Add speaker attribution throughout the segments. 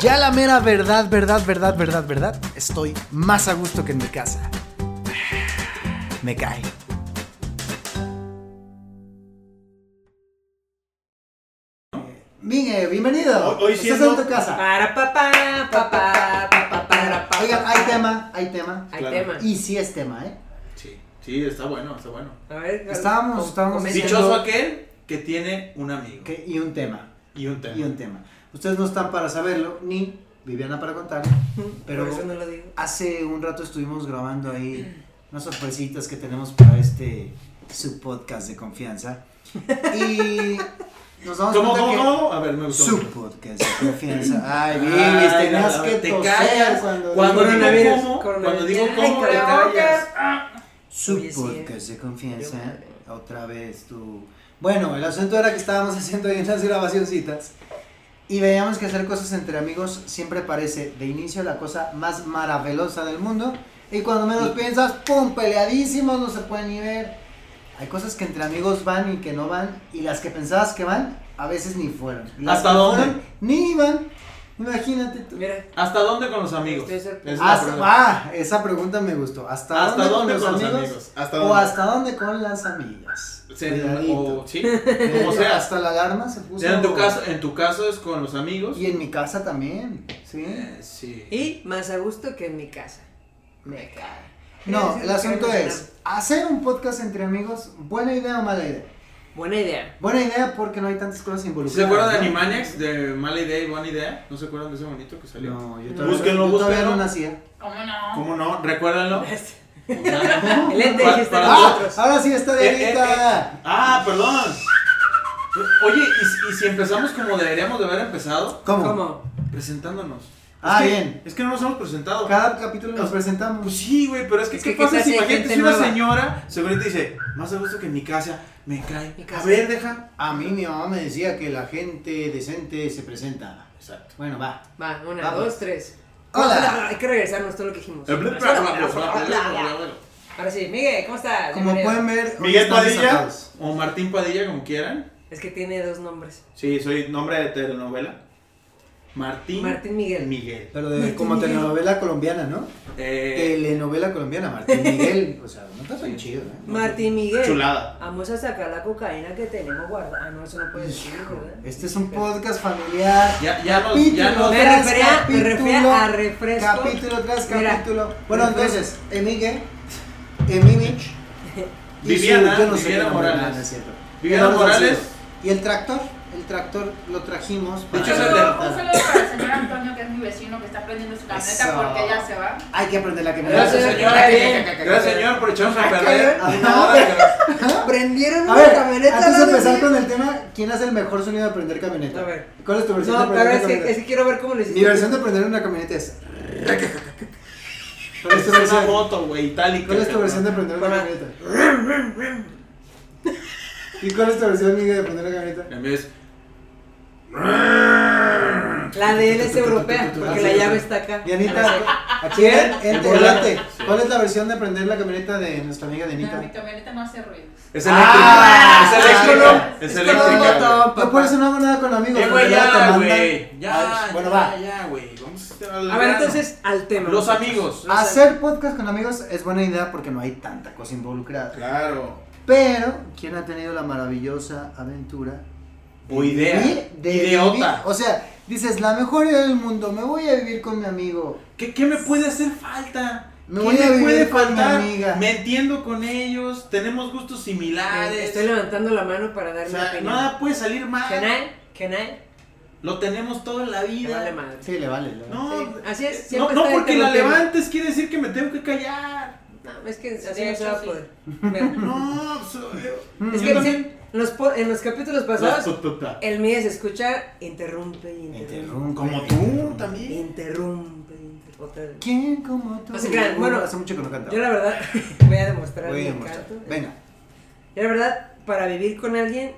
Speaker 1: Ya la mera verdad, verdad, verdad, verdad, verdad. Estoy más a gusto que en mi casa. Me cae. Miguel, bienvenido.
Speaker 2: Hoy- hoy
Speaker 1: Estás
Speaker 2: siendo-
Speaker 1: en tu casa.
Speaker 3: Para papá, papá, papá, Ah, para papá.
Speaker 1: Oigan, hay tema, hay tema.
Speaker 3: Hay
Speaker 2: Claro.
Speaker 3: tema.
Speaker 1: Y sí es tema, ¿eh?
Speaker 2: Sí, sí, está bueno, está bueno.
Speaker 3: A ver,
Speaker 1: Estábamos-
Speaker 3: com-
Speaker 1: estábamos
Speaker 3: comenten.
Speaker 1: diciendo-
Speaker 2: Dichoso aquel que tiene un amigo.
Speaker 1: Que- y un tema,
Speaker 2: Y un tema.
Speaker 1: y un tema. Ustedes no están para saberlo, ni Viviana para contar. Pero-
Speaker 3: Por eso no lo digo.
Speaker 1: Hace un rato estuvimos grabando ahí unas sorpresitas que tenemos para este su podcast de confianza. Y nos damos
Speaker 2: ¿Cómo,
Speaker 1: cuenta
Speaker 2: cómo,
Speaker 1: que
Speaker 2: cómo? A ver, me gustó.
Speaker 1: su podcast de confianza. Ay,
Speaker 2: Ay,
Speaker 1: Vivis,
Speaker 2: la-
Speaker 1: tenías
Speaker 2: la-
Speaker 1: que
Speaker 2: te
Speaker 1: toser
Speaker 2: callas.
Speaker 1: cuando
Speaker 2: Cuando
Speaker 1: digo-
Speaker 2: digo
Speaker 3: Coronavirus,
Speaker 2: cómo, cuando
Speaker 3: coronavirus.
Speaker 2: digo
Speaker 3: Ay,
Speaker 2: cómo, te
Speaker 3: carajo.
Speaker 2: callas.
Speaker 1: Su
Speaker 3: Oye, sí,
Speaker 1: podcast
Speaker 2: eh,
Speaker 1: de
Speaker 3: Yo,
Speaker 1: confianza.
Speaker 3: madre.
Speaker 1: Otra vez tú. Bueno, el asunto era que estábamos haciendo ahí unas grabacioncitas. Y veíamos que hacer cosas entre amigos siempre parece de inicio la cosa más maravillosa del mundo. Y cuando menos
Speaker 2: Sí.
Speaker 1: piensas, ¡pum! Peleadísimos, no se pueden ni ver. Hay cosas que entre amigos van y que no van. Y las que pensabas que van, a veces ni fueron. Las
Speaker 2: ¿Hasta
Speaker 1: que
Speaker 2: dónde?
Speaker 1: fueron, ni iban. Imagínate tú.
Speaker 3: Mira,
Speaker 2: ¿Hasta dónde con los amigos?
Speaker 3: Estoy cerca.
Speaker 2: Es la
Speaker 1: Hasta,
Speaker 2: pregunta.
Speaker 1: ah, esa pregunta me gustó. ¿Hasta,
Speaker 2: ¿Hasta dónde
Speaker 1: los
Speaker 2: con los amigos? ¿Hasta
Speaker 1: o
Speaker 2: dónde?
Speaker 1: hasta dónde con las amigas.
Speaker 2: Se-
Speaker 1: Cuidadito.
Speaker 2: o- sí, como
Speaker 1: sea,
Speaker 2: sea.
Speaker 1: hasta la alarma se puso.
Speaker 2: Sea en tu caso, en tu caso es con los amigos.
Speaker 1: Y en mi casa también, ¿sí?
Speaker 2: Eh, sí.
Speaker 3: y más a gusto que en mi casa. Me cae.
Speaker 1: No,
Speaker 3: Gracias,
Speaker 1: el
Speaker 3: me
Speaker 1: asunto
Speaker 3: cae
Speaker 1: es, ¿hacer un podcast entre amigos, buena idea o mala idea?
Speaker 3: Buena idea.
Speaker 1: Buena idea porque no hay tantas cosas
Speaker 2: ¿Sí
Speaker 1: involucradas.
Speaker 2: ¿Se acuerdan de
Speaker 1: ¿no?
Speaker 2: Animaniacs? De Mala Idea y Buena Idea. ¿No se acuerdan de ese bonito que salió?
Speaker 1: No, yo todavía,
Speaker 2: Búsquenlo,
Speaker 1: yo todavía
Speaker 2: búsquenlo.
Speaker 1: no nacía.
Speaker 4: ¿Cómo no?
Speaker 2: ¿Cómo no? Recuérdanlo.
Speaker 3: El ente
Speaker 2: Para-
Speaker 3: dijiste
Speaker 2: para
Speaker 3: nosotros.
Speaker 1: ¡Ah! Ahora sí está
Speaker 2: Eh, eh,
Speaker 1: Dianita.
Speaker 2: eh. Ah, perdón. Oye, ¿y, si- y si empezamos como deberíamos de haber empezado?
Speaker 1: ¿Cómo?
Speaker 3: ¿Cómo?
Speaker 2: Presentándonos. Es
Speaker 1: Ah,
Speaker 2: que-
Speaker 1: bien.
Speaker 2: Es que no nos hemos presentado.
Speaker 1: Cada capítulo nos presentamos.
Speaker 2: Pues sí, güey, pero es que
Speaker 3: Es
Speaker 2: ¿qué
Speaker 3: que
Speaker 2: pasa
Speaker 3: quizás
Speaker 2: si
Speaker 3: hay
Speaker 2: imagínate
Speaker 3: gente
Speaker 2: si una
Speaker 3: nueva.
Speaker 2: señora seguramente dice, más a gusto que en mi casa, me cae.
Speaker 3: Mi
Speaker 2: A
Speaker 3: casa.
Speaker 2: ver, deja.
Speaker 1: A mí mi mamá me decía que la gente decente se presenta.
Speaker 2: Exacto.
Speaker 1: Bueno, va.
Speaker 3: Va, una,
Speaker 1: Vamos.
Speaker 3: dos, tres.
Speaker 1: Hola.
Speaker 3: Hay que regresarnos todo lo que dijimos.
Speaker 2: pues, Miguel
Speaker 3: Ahora sí, Miguel, ¿cómo estás?
Speaker 1: Como
Speaker 3: Bienvenido.
Speaker 1: pueden ver, hoy estamos
Speaker 2: Padilla
Speaker 1: atados.
Speaker 2: o Martín Padilla, como quieran.
Speaker 3: Es que tiene dos nombres.
Speaker 2: Sí, soy nombre de telenovela. Martín.
Speaker 3: Martín Miguel.
Speaker 2: Miguel.
Speaker 1: Pero de, como telenovela colombiana, ¿no?
Speaker 2: Eh,
Speaker 1: Telenovela colombiana, Martín Miguel. O sea, no está tan chido, ¿eh?
Speaker 3: Martín Miguel.
Speaker 2: Chulada.
Speaker 3: Vamos a sacar la cocaína que tenemos guardada. Ah, no, eso no puede
Speaker 2: Pues,
Speaker 3: decir,
Speaker 2: ¿eh?
Speaker 3: ¿verdad?
Speaker 1: Este es un podcast familiar.
Speaker 2: Ya, ya nos,
Speaker 1: Capítulo
Speaker 2: ya nos-
Speaker 3: Me
Speaker 1: tras
Speaker 3: refería- me refería a refresco.
Speaker 1: Capítulo tras
Speaker 3: Mira,
Speaker 1: capítulo. bueno,
Speaker 3: refresco.
Speaker 1: entonces, Emigue, Emimich. y su-
Speaker 2: Viviana,
Speaker 1: yo no sé
Speaker 2: Viviana
Speaker 1: qué nombre,
Speaker 2: Morales.
Speaker 1: no, no es cierto.
Speaker 2: Viviana
Speaker 1: No, no es
Speaker 2: Morales.
Speaker 1: cierto. ¿Y el tractor? El tractor lo trajimos.
Speaker 2: De
Speaker 4: Un
Speaker 1: para-
Speaker 2: hecho, es el
Speaker 4: saludo, un saludo para el señor Antonio, que es mi vecino, que está prendiendo su camioneta
Speaker 1: Eso.
Speaker 4: porque ya se va.
Speaker 1: Hay que aprender la que me
Speaker 2: Gracias,
Speaker 3: Gracias,
Speaker 2: señor.
Speaker 3: bien.
Speaker 2: Gracias, señor, por echarnos a perder.
Speaker 3: cabrón.
Speaker 2: Una hora que-
Speaker 3: Prendieron
Speaker 1: A
Speaker 3: una
Speaker 1: ver,
Speaker 3: camioneta.
Speaker 1: antes de
Speaker 3: ¿no?
Speaker 1: empezar con el tema, ¿quién hace el mejor sonido de aprender camioneta?
Speaker 3: A ver.
Speaker 1: ¿Cuál es tu versión de
Speaker 3: No,
Speaker 1: aprender
Speaker 3: pero es
Speaker 1: camioneta?
Speaker 3: que, es que quiero ver cómo lo hiciste.
Speaker 1: Mi versión de aprender una camioneta es. ¿Cuál es tu
Speaker 2: Es una
Speaker 1: versión?
Speaker 2: moto, güey, itálica.
Speaker 1: ¿Cuál es tu
Speaker 2: cabrón.
Speaker 1: versión de aprender una
Speaker 3: Para-
Speaker 1: camioneta? ¿Y cuál es tu versión, Miguel, de aprender una camioneta?
Speaker 2: En vez-
Speaker 3: La de él es europea, porque la llave está acá.
Speaker 1: Dianita, aquí en, en
Speaker 2: El volante.
Speaker 1: volante. ¿Cuál es la versión de aprender la camioneta de nuestra amiga
Speaker 4: No, mi
Speaker 1: Dianita?
Speaker 4: camioneta no hace ruidos.
Speaker 2: Es
Speaker 1: Ah, es
Speaker 2: eléctrica. Es eléctrica.
Speaker 3: como-
Speaker 2: Es
Speaker 3: es como un
Speaker 2: eléctrica. güey.
Speaker 3: botón.
Speaker 1: No por eso no hago nada con amigos.
Speaker 2: Eh,
Speaker 1: porque
Speaker 2: güey,
Speaker 1: luego te
Speaker 2: ya,
Speaker 1: mandan-
Speaker 2: güey. Ya,
Speaker 1: Ay, bueno,
Speaker 2: ya,
Speaker 1: va.
Speaker 2: Ya, güey. Vamos a
Speaker 3: A ver, entonces, al tema.
Speaker 2: Los
Speaker 3: muchachos.
Speaker 2: amigos.
Speaker 3: Los am-
Speaker 1: Hacer podcast con amigos es buena idea porque no hay tanta cosa involucrada.
Speaker 2: Claro.
Speaker 1: Pero, ¿quién ha tenido la maravillosa aventura?
Speaker 2: O idea.
Speaker 1: vivir- de vivir?
Speaker 2: Ideota.
Speaker 1: O sea, dices, la mejor idea del mundo, me voy a vivir con mi amigo.
Speaker 2: ¿Qué, ¿Qué me puede hacer falta?
Speaker 1: Me
Speaker 2: ¿Qué
Speaker 1: voy a
Speaker 2: me
Speaker 1: vivir
Speaker 2: puede
Speaker 1: con mi
Speaker 2: faltar?
Speaker 1: amiga.
Speaker 2: Me entiendo con ellos, tenemos gustos
Speaker 3: Eh,
Speaker 2: similares.
Speaker 3: Estoy levantando la mano para dar
Speaker 2: o
Speaker 3: mi
Speaker 2: sea,
Speaker 3: opinión.
Speaker 2: nada puede salir mal.
Speaker 3: Can I? Can I?
Speaker 2: Lo tenemos todo en la
Speaker 3: Me
Speaker 2: vida.
Speaker 3: vale madre.
Speaker 1: Sí, le vale. le vale.
Speaker 2: No,
Speaker 3: Sí, así es,
Speaker 2: No,
Speaker 3: siempre
Speaker 2: no
Speaker 3: está
Speaker 2: porque la
Speaker 3: interrumpiendo.
Speaker 2: levantes quiere decir que me tengo que callar.
Speaker 3: No, es que así
Speaker 4: De
Speaker 3: no se va
Speaker 4: hecho,
Speaker 3: a
Speaker 4: sí.
Speaker 3: poder. Mira,
Speaker 2: No, soy-
Speaker 3: Es
Speaker 2: yo
Speaker 3: que
Speaker 2: también-
Speaker 3: en los, po- en los capítulos
Speaker 2: No,
Speaker 3: pasados,
Speaker 2: pu- pu- pu-
Speaker 3: el mío es escuchar, interrumpe y interrumpe.
Speaker 1: Interrumpe.
Speaker 2: Como tú también.
Speaker 3: Interrumpe, interrumpe. Otra vez.
Speaker 1: ¿Quién como tú?
Speaker 3: No se crean, bueno,
Speaker 1: hace mucho que no cantaba.
Speaker 3: Yo la verdad voy a demostrar
Speaker 1: voy
Speaker 3: mi
Speaker 1: a demostrar.
Speaker 3: encanto.
Speaker 1: Venga.
Speaker 3: Yo la verdad, para vivir con alguien,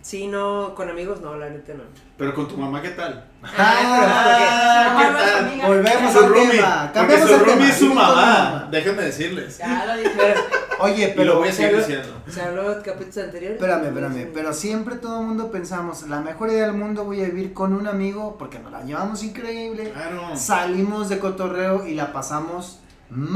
Speaker 3: sí, no, con amigos no, la neta no.
Speaker 2: Pero con tu mamá, ¿qué tal?
Speaker 1: Ah,
Speaker 2: ¿qué
Speaker 4: Mamá no es
Speaker 2: tal?
Speaker 4: amiga.
Speaker 1: Volvemos
Speaker 2: Su
Speaker 1: al
Speaker 2: roomie,
Speaker 1: tema.
Speaker 2: Porque
Speaker 1: Cambiamos
Speaker 2: su
Speaker 1: el
Speaker 2: roomie
Speaker 1: tema.
Speaker 2: es su
Speaker 1: Vivir con tu
Speaker 2: mamá.
Speaker 1: mamá.
Speaker 2: Déjenme decirles.
Speaker 4: Ya lo
Speaker 3: Pero,
Speaker 4: dije.
Speaker 1: Oye,
Speaker 2: y lo
Speaker 1: pero.
Speaker 2: voy a seguir
Speaker 3: pero-
Speaker 2: diciendo.
Speaker 3: Se habló de capítulos anteriores.
Speaker 1: Espérame, espérame. Pero siempre todo el mundo pensamos, la mejor idea del mundo voy a vivir con un amigo porque nos la llevamos increíble.
Speaker 2: Claro.
Speaker 1: Salimos de cotorreo y la pasamos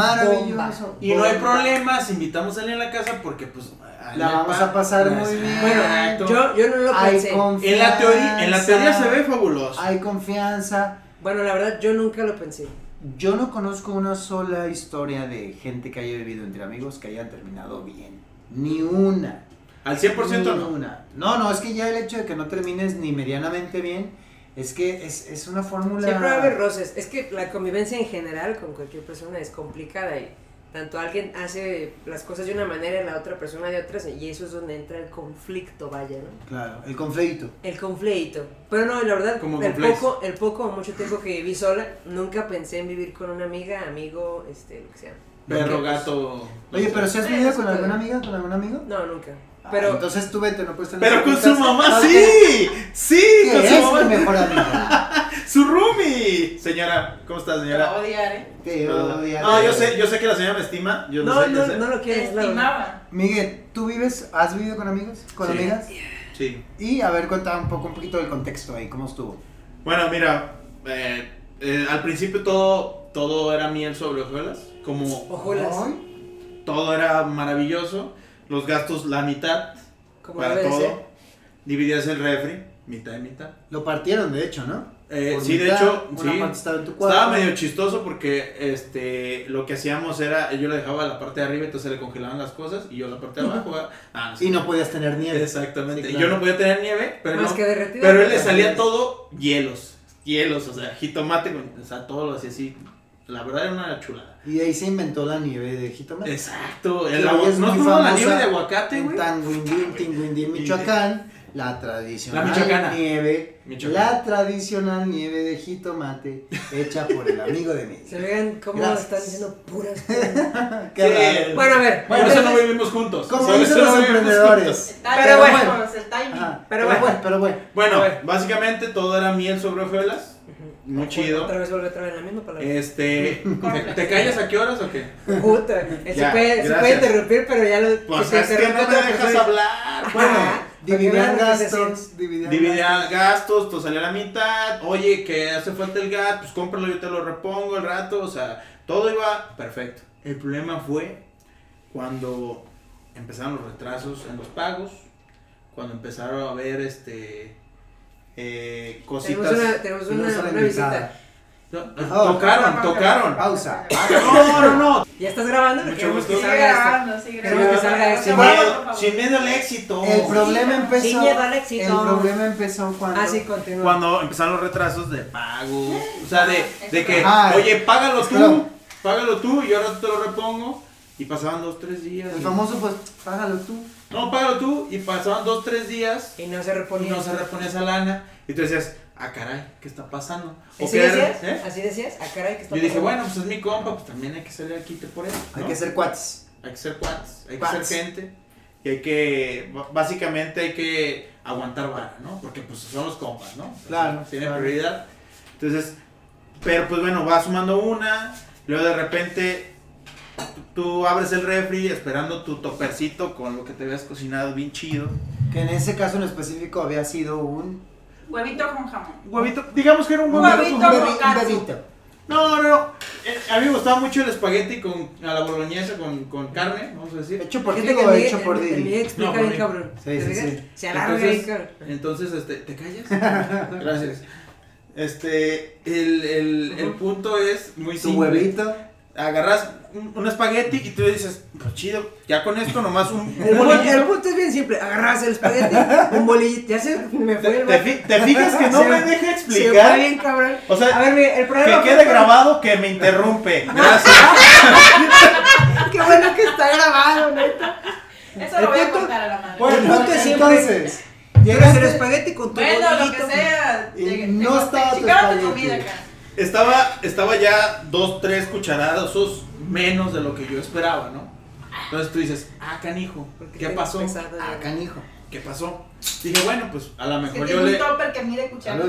Speaker 1: maravilloso.
Speaker 2: Y no hay
Speaker 1: Bomba.
Speaker 2: problemas, invitamos a él en la casa porque pues... a él
Speaker 1: La
Speaker 2: le
Speaker 1: vamos
Speaker 2: pa-
Speaker 1: a pasar
Speaker 2: la-
Speaker 1: muy bien.
Speaker 3: Bueno,
Speaker 2: Exacto.
Speaker 3: yo, yo no lo
Speaker 1: Hay
Speaker 3: pensé.
Speaker 1: confianza.
Speaker 2: En la, teoría, en la teoría se ve fabuloso.
Speaker 1: Hay confianza.
Speaker 3: Bueno, la verdad, yo nunca lo pensé.
Speaker 1: Yo no conozco una sola historia de gente que haya vivido entre amigos que hayan terminado bien. Ni una.
Speaker 2: Al 100%
Speaker 1: Ni
Speaker 2: no.
Speaker 1: una. No, no, es que ya el hecho de que no termines ni medianamente bien, es que es, es una fórmula...
Speaker 3: Siempre va a haber roces. Es que la convivencia en general con cualquier persona es complicada y tanto alguien hace las cosas de una manera y la otra persona de otra y eso es donde entra el conflicto, vaya, ¿no?
Speaker 1: Claro, el conflicto.
Speaker 3: El conflicto. Pero no, la verdad,
Speaker 2: Como
Speaker 3: el
Speaker 2: conflicts.
Speaker 3: poco, el poco o mucho tiempo que viví sola, nunca pensé en vivir con una amiga, amigo, este, lo que sea.
Speaker 2: Perro,
Speaker 3: Porque, pues,
Speaker 2: gato...
Speaker 1: Oye, pero si has
Speaker 3: Sí,
Speaker 1: vivido
Speaker 3: sí
Speaker 1: con
Speaker 3: puede.
Speaker 1: alguna amiga, con algún amigo.
Speaker 3: No, nunca.
Speaker 1: Ah,
Speaker 3: Pero
Speaker 1: entonces tú vete, no puedes tener.
Speaker 2: Pero con su
Speaker 1: preguntas.
Speaker 2: mamá,
Speaker 1: No,
Speaker 2: sí. Sí,
Speaker 1: ¿Qué
Speaker 2: con
Speaker 1: es
Speaker 2: su
Speaker 1: tu
Speaker 2: mamá.
Speaker 1: mejor amiga?
Speaker 2: Su roomie. Señora, ¿cómo está,
Speaker 4: Te va a
Speaker 2: señora?
Speaker 4: odiar, ¿eh?
Speaker 1: Te odia.
Speaker 2: No, Ah, yo sé, yo sé que la señora me estima. Yo lo
Speaker 3: no,
Speaker 2: sé, yo
Speaker 3: no,
Speaker 2: sé.
Speaker 3: no lo
Speaker 4: Te
Speaker 3: quieres, la verdad.
Speaker 4: estimaban.
Speaker 1: Miguel, ¿tú vives, has vivido con amigos? ¿Con
Speaker 2: Sí.
Speaker 1: amigas?
Speaker 2: Sí.
Speaker 1: Y a ver, cuenta un poco, un poquito del contexto ahí, ¿cómo estuvo?
Speaker 2: Bueno, mira, eh, eh, al principio todo, todo era miel sobre hojuelas. Como
Speaker 3: Ojuelas,
Speaker 1: Ay,
Speaker 2: todo era maravilloso. Los gastos la mitad
Speaker 3: como
Speaker 2: para
Speaker 3: debe de
Speaker 2: todo.
Speaker 3: ser.
Speaker 2: Dividías el refri, mitad y mitad.
Speaker 1: Lo partieron, de hecho, ¿no?
Speaker 2: Eh,
Speaker 1: Por
Speaker 2: sí, de
Speaker 1: mitad,
Speaker 2: hecho,
Speaker 1: una
Speaker 2: sí,
Speaker 1: parte estaba en tu cuarto.
Speaker 2: Estaba medio chistoso porque este lo que hacíamos era, yo le dejaba la parte de arriba, entonces le congelaban las cosas y yo la parte de abajo. ah,
Speaker 1: Y no podías tener nieve.
Speaker 2: Exactamente.
Speaker 1: Sí,
Speaker 2: Y
Speaker 1: claro.
Speaker 2: Yo no podía tener nieve, pero,
Speaker 3: Más
Speaker 2: no-
Speaker 3: que derretido.
Speaker 2: pero
Speaker 1: pues,
Speaker 2: él le salía todo hielos. Hielos, o sea, jitomate, con- o sea, todo lo hacía así. La verdad era una chulada.
Speaker 1: Y de ahí se inventó la nieve de jitomate.
Speaker 2: Exacto.
Speaker 1: Que
Speaker 2: El agua-
Speaker 1: hoy es
Speaker 2: ¿No has
Speaker 1: muy
Speaker 2: probado la
Speaker 1: famosa
Speaker 2: nieve de aguacate,
Speaker 1: En
Speaker 2: güey?
Speaker 1: Tanguindín, Tinguindín, Michoacán, la tradicional
Speaker 2: La michoacana.
Speaker 1: nieve,
Speaker 2: Michoacán.
Speaker 1: la tradicional nieve de jitomate hecha por el amigo de mí.
Speaker 3: Se vean cómo
Speaker 1: Gracias.
Speaker 3: están diciendo puras cosas.
Speaker 1: Qué
Speaker 2: Sí.
Speaker 1: raro.
Speaker 3: Bueno, a ver.
Speaker 2: Bueno,
Speaker 3: entonces-
Speaker 2: eso no vivimos juntos.
Speaker 1: Como
Speaker 2: Sobre
Speaker 1: dicen
Speaker 2: eso
Speaker 1: los
Speaker 2: no vivimos juntos.
Speaker 1: emprendedores.
Speaker 4: El timing,
Speaker 3: Pero bueno.
Speaker 4: pues, el timing.
Speaker 1: Ajá,
Speaker 3: Pero
Speaker 1: pero
Speaker 3: bueno.
Speaker 1: bueno, pero bueno.
Speaker 2: Bueno,
Speaker 3: A ver.
Speaker 2: básicamente todo era miel sobre hojuelas. Muy chido.
Speaker 3: Otra vez vuelve otra vez la misma palabra.
Speaker 2: Este, ¿te, te callas a qué horas o qué?
Speaker 3: Puta, eh,
Speaker 2: Ya,
Speaker 3: se, puede, se
Speaker 2: gracias.
Speaker 3: puede interrumpir, pero ya lo.
Speaker 2: Pues
Speaker 3: que
Speaker 2: es que
Speaker 3: interrumpa
Speaker 2: no me
Speaker 3: otra
Speaker 2: dejas
Speaker 3: persona.
Speaker 2: hablar. Bueno,
Speaker 3: Ajá.
Speaker 1: Dividían
Speaker 3: Porque vean lo que se
Speaker 1: gastos, dividían gastos.
Speaker 2: Dividía gastos, te salía la mitad. Oye, que hace falta el gas, pues cómpralo, yo te lo repongo el rato. O sea, todo iba perfecto. El problema fue cuando empezaron los retrasos en los pagos, cuando empezaron a haber este eh,
Speaker 3: Tenemos
Speaker 2: cositas.
Speaker 3: una, tenemos
Speaker 1: Y no
Speaker 3: Pues una,
Speaker 1: solo
Speaker 3: una
Speaker 1: invitada.
Speaker 3: visita.
Speaker 2: No, no,
Speaker 1: Ah,
Speaker 2: tocaron, tocaron.
Speaker 3: Ah,
Speaker 2: Ah,
Speaker 1: Pausa.
Speaker 2: No, no, no.
Speaker 3: ¿Ya estás grabando?
Speaker 2: Mucho
Speaker 3: Queremos que
Speaker 2: gusto.
Speaker 4: Sigue
Speaker 3: salga esto.
Speaker 4: grabando, sigue
Speaker 3: Queremos que
Speaker 4: grabando.
Speaker 3: salga
Speaker 4: Por
Speaker 3: sin
Speaker 2: Sin
Speaker 4: favor, por
Speaker 2: miedo,
Speaker 4: favor.
Speaker 2: este sin miedo al éxito.
Speaker 1: El problema
Speaker 3: Sí,
Speaker 1: empezó.
Speaker 3: lleva al éxito.
Speaker 1: El problema empezó cuando.
Speaker 3: Ah, sí, continúa.
Speaker 2: Cuando empezaron los retrasos de pago, o sea, de, de que,
Speaker 1: Ajá.
Speaker 2: oye, págalo
Speaker 1: Espera.
Speaker 2: tú, págalo tú, y ahora te lo repongo, y pasaban dos, tres días.
Speaker 1: El
Speaker 2: y-
Speaker 1: famoso, pues, págalo tú.
Speaker 2: No, págalo tú, y pasaban dos, tres días,
Speaker 3: Y no se
Speaker 2: y
Speaker 3: reponía.
Speaker 2: no se reponía esa lana, y tú decías, ah, caray, ¿qué está pasando? O
Speaker 3: ¿Así
Speaker 2: que-
Speaker 3: decías?
Speaker 2: ¿eh?
Speaker 3: ¿Así decías? Ah, caray, que está
Speaker 2: Yo dije,
Speaker 3: pasando?
Speaker 2: bueno, pues es mi compa, pues también hay que salir al quite por él.
Speaker 1: Hay
Speaker 2: ¿no?
Speaker 1: que ser cuates.
Speaker 2: Hay que ser cuates, hay que
Speaker 1: Cuates.
Speaker 2: ser gente. Y hay que, b- básicamente hay que aguantar vara, ¿no? Porque pues son los compas, ¿no? Entonces,
Speaker 1: Claro,
Speaker 2: Tiene
Speaker 1: claro.
Speaker 2: prioridad. Entonces, pero pues bueno, va sumando una, luego de repente tú abres el refri esperando tu topercito con lo que te habías cocinado bien chido.
Speaker 1: Que en ese caso en específico había sido un.
Speaker 4: Huevito con jamón.
Speaker 2: Huevito, digamos que era un
Speaker 1: un
Speaker 2: huevito.
Speaker 1: bebi- un
Speaker 4: con
Speaker 1: bebi- un
Speaker 4: katsu.
Speaker 1: bebito.
Speaker 2: No, no, no. Eh, A mí me gustaba mucho el espagueti con, a la boloñesa con, con carne, vamos a decir.
Speaker 1: Hecho por ti
Speaker 3: Gente que
Speaker 1: o
Speaker 3: el
Speaker 1: hecho
Speaker 3: Miguel-
Speaker 1: por
Speaker 3: el- el
Speaker 1: Didi.
Speaker 3: Miguel explica
Speaker 2: No, por
Speaker 3: bien,
Speaker 2: mí.
Speaker 3: cabrón.
Speaker 1: Sí,
Speaker 3: ¿Te
Speaker 1: sí,
Speaker 3: fijas?
Speaker 1: sí.
Speaker 3: Se alarga
Speaker 2: Entonces-
Speaker 3: bien, cabrón.
Speaker 2: Entonces, este, ¿te callas? Gracias. Este, el, el, el
Speaker 3: Ujú.
Speaker 2: punto es muy
Speaker 1: Tu
Speaker 2: simple.
Speaker 1: huevito.
Speaker 2: Agarras un, un espagueti y tú dices, pues chido, ya con esto nomás un, un
Speaker 3: El, bol-
Speaker 2: bolillo.
Speaker 3: el punto es bien simple, agarras el espagueti, un bolillito, ya se me fue
Speaker 2: ¿Te,
Speaker 3: el
Speaker 2: te fi- te fijas que no
Speaker 3: Se-
Speaker 2: me deja
Speaker 3: Se fue
Speaker 2: explicar?
Speaker 3: bien cabrón.
Speaker 2: O
Speaker 3: A
Speaker 2: sea,
Speaker 3: ver, mira, el problema
Speaker 2: que
Speaker 3: fue
Speaker 2: quede
Speaker 3: por-
Speaker 2: grabado que me interrumpe. Gracias.
Speaker 3: Ah, Qué bueno que está grabado, neta.
Speaker 4: Eso lo voy a
Speaker 3: Perfecto.
Speaker 4: contar a la madre.
Speaker 3: Bueno,
Speaker 1: El punto
Speaker 3: entonces-
Speaker 1: siempre- entonces.
Speaker 3: Llegas el
Speaker 1: Llegaste.
Speaker 3: espagueti con tu
Speaker 4: Bueno, lo que
Speaker 3: bolillito.
Speaker 4: sea.
Speaker 1: Y
Speaker 4: llegué-
Speaker 1: no
Speaker 4: te-
Speaker 1: estaba tu
Speaker 4: Chicaron tu
Speaker 1: espagueti.
Speaker 4: comida acá.
Speaker 2: Estaba, estaba ya dos, tres cucharadazos menos de lo que yo esperaba, ¿no? Entonces tú dices, ah, canijo,
Speaker 3: Porque
Speaker 2: ¿qué
Speaker 3: tengo
Speaker 2: pasó?
Speaker 3: pesado, ya.
Speaker 1: Ah, canijo.
Speaker 2: ¿Qué pasó? Dije, bueno, pues a lo
Speaker 4: Es
Speaker 2: mejor
Speaker 4: que
Speaker 2: yo
Speaker 4: tiene un
Speaker 2: le...
Speaker 4: topper que mide cucharas.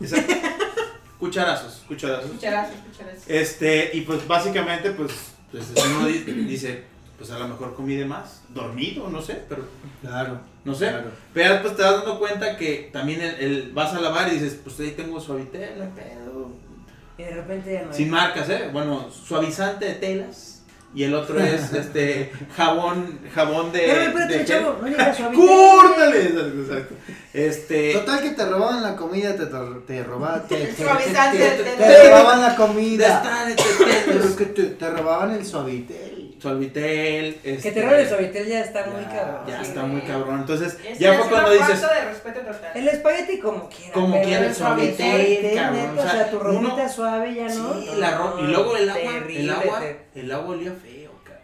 Speaker 2: Exacto. cucharazos, cucharazos.
Speaker 4: Cucharas, cucharas.
Speaker 2: Este, y pues básicamente, pues, pues, uno di- dice, pues a lo mejor comí de más, dormido, no sé, pero
Speaker 1: Claro.
Speaker 2: no sé.
Speaker 1: Claro.
Speaker 2: Pero después te vas dando cuenta que también el, el- vas a lavar y dices, pues ahí tengo suavitel, no hay pedo.
Speaker 3: Y de repente ya no hay.
Speaker 2: Sin marcas, ¿eh? Bueno, suavizante de telas y el otro es este jabón, jabón de...
Speaker 3: Pero espérate,
Speaker 2: de
Speaker 3: chavo, no llega
Speaker 2: gel.
Speaker 3: suavitel.
Speaker 2: ¡Córtale! Exacto. Este...
Speaker 1: Total que te robaban la comida, te, tor- te robaban. Te, te-
Speaker 4: Suavizante,
Speaker 1: te-
Speaker 4: te-
Speaker 1: te robaban la comida.
Speaker 2: Destrade, te-
Speaker 1: Pero es que te, te robaban el suavitel.
Speaker 2: te- Suavitel.
Speaker 3: Que
Speaker 2: este,
Speaker 3: te roben el suavitel ya está muy
Speaker 1: Ya,
Speaker 3: cabrón.
Speaker 2: Ya
Speaker 3: sí,
Speaker 2: está
Speaker 3: güey.
Speaker 2: muy cabrón. Entonces,
Speaker 4: Es-
Speaker 2: ya
Speaker 4: es
Speaker 2: fue
Speaker 4: una
Speaker 2: cuando dices,
Speaker 4: falta de respeto total.
Speaker 3: El espagueti como quiera.
Speaker 2: Como
Speaker 3: pero
Speaker 2: quiera,
Speaker 3: el
Speaker 2: suavitel, cabrón,
Speaker 3: neta, o
Speaker 2: o
Speaker 3: sea,
Speaker 2: sea,
Speaker 3: tu
Speaker 2: uno-
Speaker 3: ropita suave ya no.
Speaker 2: Sí, la ropa. Y luego el agua, el
Speaker 3: Terrible,
Speaker 2: agua,
Speaker 3: te-
Speaker 2: el agua olía feo, cabrón.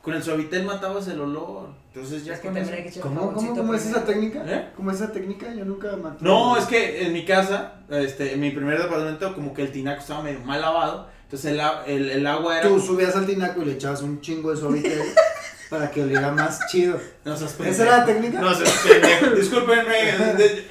Speaker 2: Con el suavitel matabas el olor. Entonces ya
Speaker 3: Es que
Speaker 2: con
Speaker 3: también
Speaker 2: eso-
Speaker 3: hay que echar
Speaker 1: ¿Cómo, cómo,
Speaker 3: jaboncito
Speaker 1: cómo es
Speaker 3: primero.
Speaker 1: esa técnica?
Speaker 2: ¿Eh?
Speaker 1: ¿Cómo es esa técnica? Yo nunca maté.
Speaker 2: No, es que en mi casa, este, en mi primer departamento, como que el tinaco estaba medio mal lavado. Entonces el, a- el, el agua era.
Speaker 1: Tú
Speaker 2: como-
Speaker 1: subías al tinaco y le echabas un chingo de suavitel para que oliera más chido.
Speaker 2: No seas
Speaker 1: ¿Esa era la
Speaker 2: pendejo.
Speaker 1: técnica?
Speaker 2: No seas pendejo. Discúlpenme. eh, de-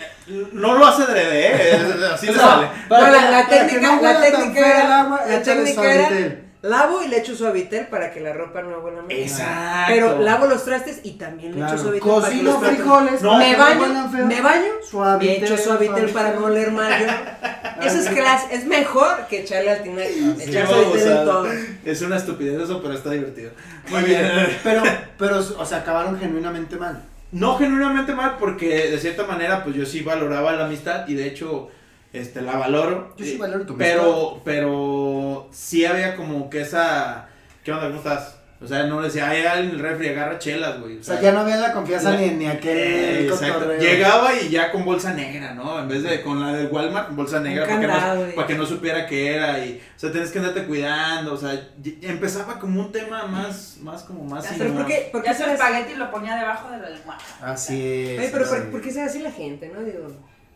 Speaker 2: No lo hace adrede, eh, Así le
Speaker 1: O sea,
Speaker 2: sale.
Speaker 3: No, la, la
Speaker 1: para que
Speaker 3: técnica,
Speaker 1: no
Speaker 3: la
Speaker 1: huela tan
Speaker 3: técnica
Speaker 1: feo
Speaker 3: era,
Speaker 1: el agua,
Speaker 3: la
Speaker 1: échale
Speaker 3: técnica era,
Speaker 1: suavitel.
Speaker 3: lavo y le echo suavitel para que la ropa no huela mal.
Speaker 2: Exacto.
Speaker 3: Pero lavo los trastes y también le echo
Speaker 1: Claro.
Speaker 3: suavitel para que
Speaker 1: Cocino
Speaker 3: los trastes-
Speaker 1: frijoles,
Speaker 2: No,
Speaker 1: para
Speaker 3: me
Speaker 1: que huelan
Speaker 3: baño,
Speaker 1: feo.
Speaker 3: me baño, y
Speaker 1: Suavitel,
Speaker 3: echo suavitel para no oler mal yo. Eso es clas, es mejor que echarle al tinaco, echar
Speaker 2: Qué
Speaker 3: suavitel en
Speaker 2: babosada.
Speaker 3: todo.
Speaker 2: Es una estupidez eso, pero está divertido. Muy
Speaker 1: Oye,
Speaker 2: bien.
Speaker 1: pero, pero, o sea, acabaron genuinamente mal.
Speaker 2: No genuinamente mal, porque de cierta manera, pues yo sí valoraba la amistad y de hecho, este, la valoro.
Speaker 1: Yo sí valoro tu amistad.
Speaker 2: Pero, pero sí había como que esa. ¿Qué onda? ¿Cómo estás? O sea, no le decía, ay, al refri, agarra chelas, güey.
Speaker 1: O sea, ya no había la confianza
Speaker 2: la-
Speaker 1: ni, ni aquel
Speaker 2: Eh, exacto.
Speaker 1: cotorreo.
Speaker 2: Llegaba y ya con bolsa negra, ¿no? En vez de con la del Walmart, con bolsa negra para que,
Speaker 3: candado,
Speaker 2: no,
Speaker 3: güey.
Speaker 2: para que no supiera qué era. Y, o sea, tienes que andarte cuidando. O sea, y- y empezaba como un tema más, más como más.
Speaker 4: Ya,
Speaker 2: sin
Speaker 3: Pero ¿por
Speaker 2: norma.
Speaker 3: qué, por qué
Speaker 4: Ya su
Speaker 3: será así?
Speaker 4: espagueti lo ponía debajo de la almohada.
Speaker 1: Así es.
Speaker 3: Oye, pero
Speaker 1: así
Speaker 3: ¿por, por qué
Speaker 1: es.
Speaker 3: será así la gente, no? Digo,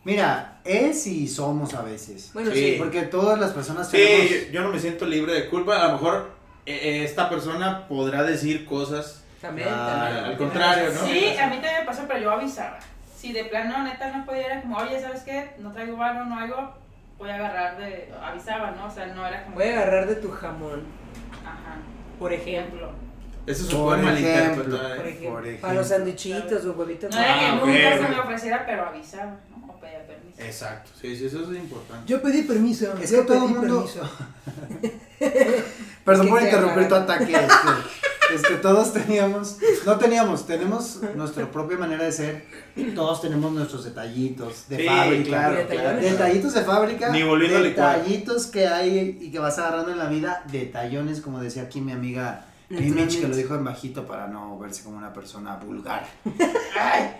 Speaker 1: Mira, es y somos a veces.
Speaker 3: bueno,
Speaker 2: Sí.
Speaker 3: sí.
Speaker 1: Porque todas las personas tenemos...
Speaker 2: Sí, yo, yo no me siento libre de culpa. A lo mejor eh, eh, esta persona podrá decir cosas.
Speaker 3: También,
Speaker 1: Ah,
Speaker 3: también.
Speaker 2: al contrario, ¿no?
Speaker 4: Sí, a mí también me pasó, pero yo avisaba. Si de plano neta no podía, era como, oye, ¿sabes qué? No traigo varo, no hago, voy a agarrar de. Avisaba, ¿no? O sea, no era como.
Speaker 3: Voy a agarrar de tu jamón,
Speaker 4: Ajá.
Speaker 3: por ejemplo.
Speaker 4: Ejemplo.
Speaker 2: Eso se
Speaker 1: Por
Speaker 2: puede
Speaker 1: ejemplo.
Speaker 2: malinterpretar.
Speaker 3: Por
Speaker 2: ¿eh?
Speaker 3: ejemplo,
Speaker 1: Por ejemplo.
Speaker 3: Para los sanduichitos o huevitos.
Speaker 4: No era que
Speaker 2: Ah, Eh,
Speaker 4: nunca
Speaker 2: ok,
Speaker 4: se
Speaker 2: ok.
Speaker 4: me ofreciera, pero avisaba, ¿no? O pedía permiso.
Speaker 2: Exacto, sí, sí, eso es importante.
Speaker 3: Yo pedí permiso.
Speaker 1: Es que todo el mundo... Perdón
Speaker 3: Es que
Speaker 1: por
Speaker 3: te
Speaker 1: interrumpir tu
Speaker 3: agarran.
Speaker 1: ataque. Este, este, todos teníamos... No teníamos, tenemos nuestra propia manera de ser. Todos tenemos nuestros detallitos de
Speaker 2: Sí,
Speaker 1: fábrica.
Speaker 2: claro, claro.
Speaker 1: Detallitos de fábrica.
Speaker 2: Ni volviendo a licuar.
Speaker 1: Detallitos que hay y que vas agarrando en la vida. Detallones, como decía aquí mi amiga Image, que lo dijo en bajito para no verse como una persona vulgar.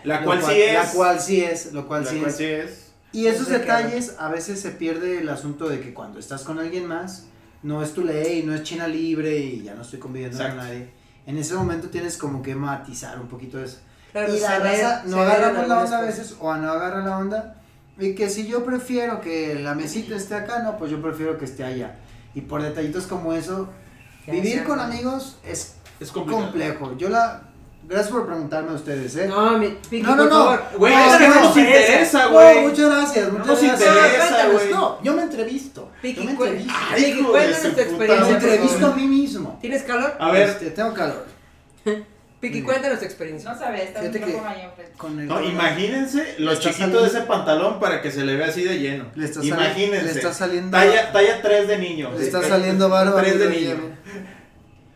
Speaker 2: La
Speaker 1: Lo
Speaker 2: cual sí es.
Speaker 1: La cual sí es, lo cual
Speaker 2: la
Speaker 1: sí
Speaker 2: cual
Speaker 1: es.
Speaker 2: sí es.
Speaker 1: Y esos
Speaker 3: Entonces, claro.
Speaker 1: detalles, a veces se pierde el asunto de que cuando estás con alguien más, no es tu ley, no es China libre y ya no estoy conviviendo
Speaker 2: Exacto.
Speaker 1: con nadie. En ese momento tienes como que matizar un poquito eso.
Speaker 3: Claro,
Speaker 1: y la
Speaker 3: se ve-
Speaker 1: raza
Speaker 3: se
Speaker 1: no
Speaker 3: ve en
Speaker 1: agarramos la
Speaker 3: algunas
Speaker 1: onda a
Speaker 3: cosas.
Speaker 1: veces o no agarra la onda. Y que si yo prefiero que la mesita esté acá, no, pues yo prefiero que esté allá. Y por detallitos como eso,
Speaker 3: Ya
Speaker 1: vivir
Speaker 3: se
Speaker 1: con
Speaker 3: arma.
Speaker 1: amigos es
Speaker 2: Es complicado.
Speaker 1: complejo. Yo la... Gracias por preguntarme a ustedes, ¿eh?
Speaker 3: No, mi, Vicky,
Speaker 1: No, no,
Speaker 3: por
Speaker 1: no.
Speaker 3: favor.
Speaker 2: Güey,
Speaker 1: No,
Speaker 2: es que
Speaker 1: no
Speaker 2: no
Speaker 1: me
Speaker 2: nos interesa,
Speaker 1: No,
Speaker 2: güey.
Speaker 1: muchas gracias,
Speaker 2: No
Speaker 1: muchas
Speaker 2: nos
Speaker 1: gracias.
Speaker 2: interesa,
Speaker 1: Cuéntanos,
Speaker 2: güey.
Speaker 1: No, yo me entrevisto.
Speaker 3: Vicky,
Speaker 1: yo me
Speaker 3: cué-
Speaker 1: entrevisto.
Speaker 2: Ay,
Speaker 3: Vicky,
Speaker 2: hijo
Speaker 3: cuéntanos
Speaker 2: de su
Speaker 3: tu
Speaker 1: Me
Speaker 2: puta
Speaker 3: experiencia.
Speaker 2: madre.
Speaker 3: por
Speaker 1: entrevisto a
Speaker 3: favor.
Speaker 1: mí mismo.
Speaker 3: ¿Tienes calor?
Speaker 2: A ver,
Speaker 1: Este, tengo calor.
Speaker 3: Vicky,
Speaker 1: Mm.
Speaker 3: cuéntanos tu experiencia.
Speaker 4: No sabía, está un
Speaker 1: Fíjate que-
Speaker 4: poco ahí enfrente.
Speaker 1: Con el
Speaker 2: no,
Speaker 1: calor.
Speaker 2: imagínense
Speaker 1: Le
Speaker 2: lo
Speaker 1: está
Speaker 2: chiquito
Speaker 1: saliendo-
Speaker 2: de ese pantalón para que se le vea así de lleno.
Speaker 1: Le está sali-
Speaker 2: imagínense.
Speaker 1: le está saliendo-
Speaker 2: Talla, talla 3 de niño.
Speaker 1: Le
Speaker 2: Sí,
Speaker 1: está
Speaker 2: talla-
Speaker 1: saliendo barba.
Speaker 2: Tres de
Speaker 1: amigo,
Speaker 2: niño.
Speaker 1: oye,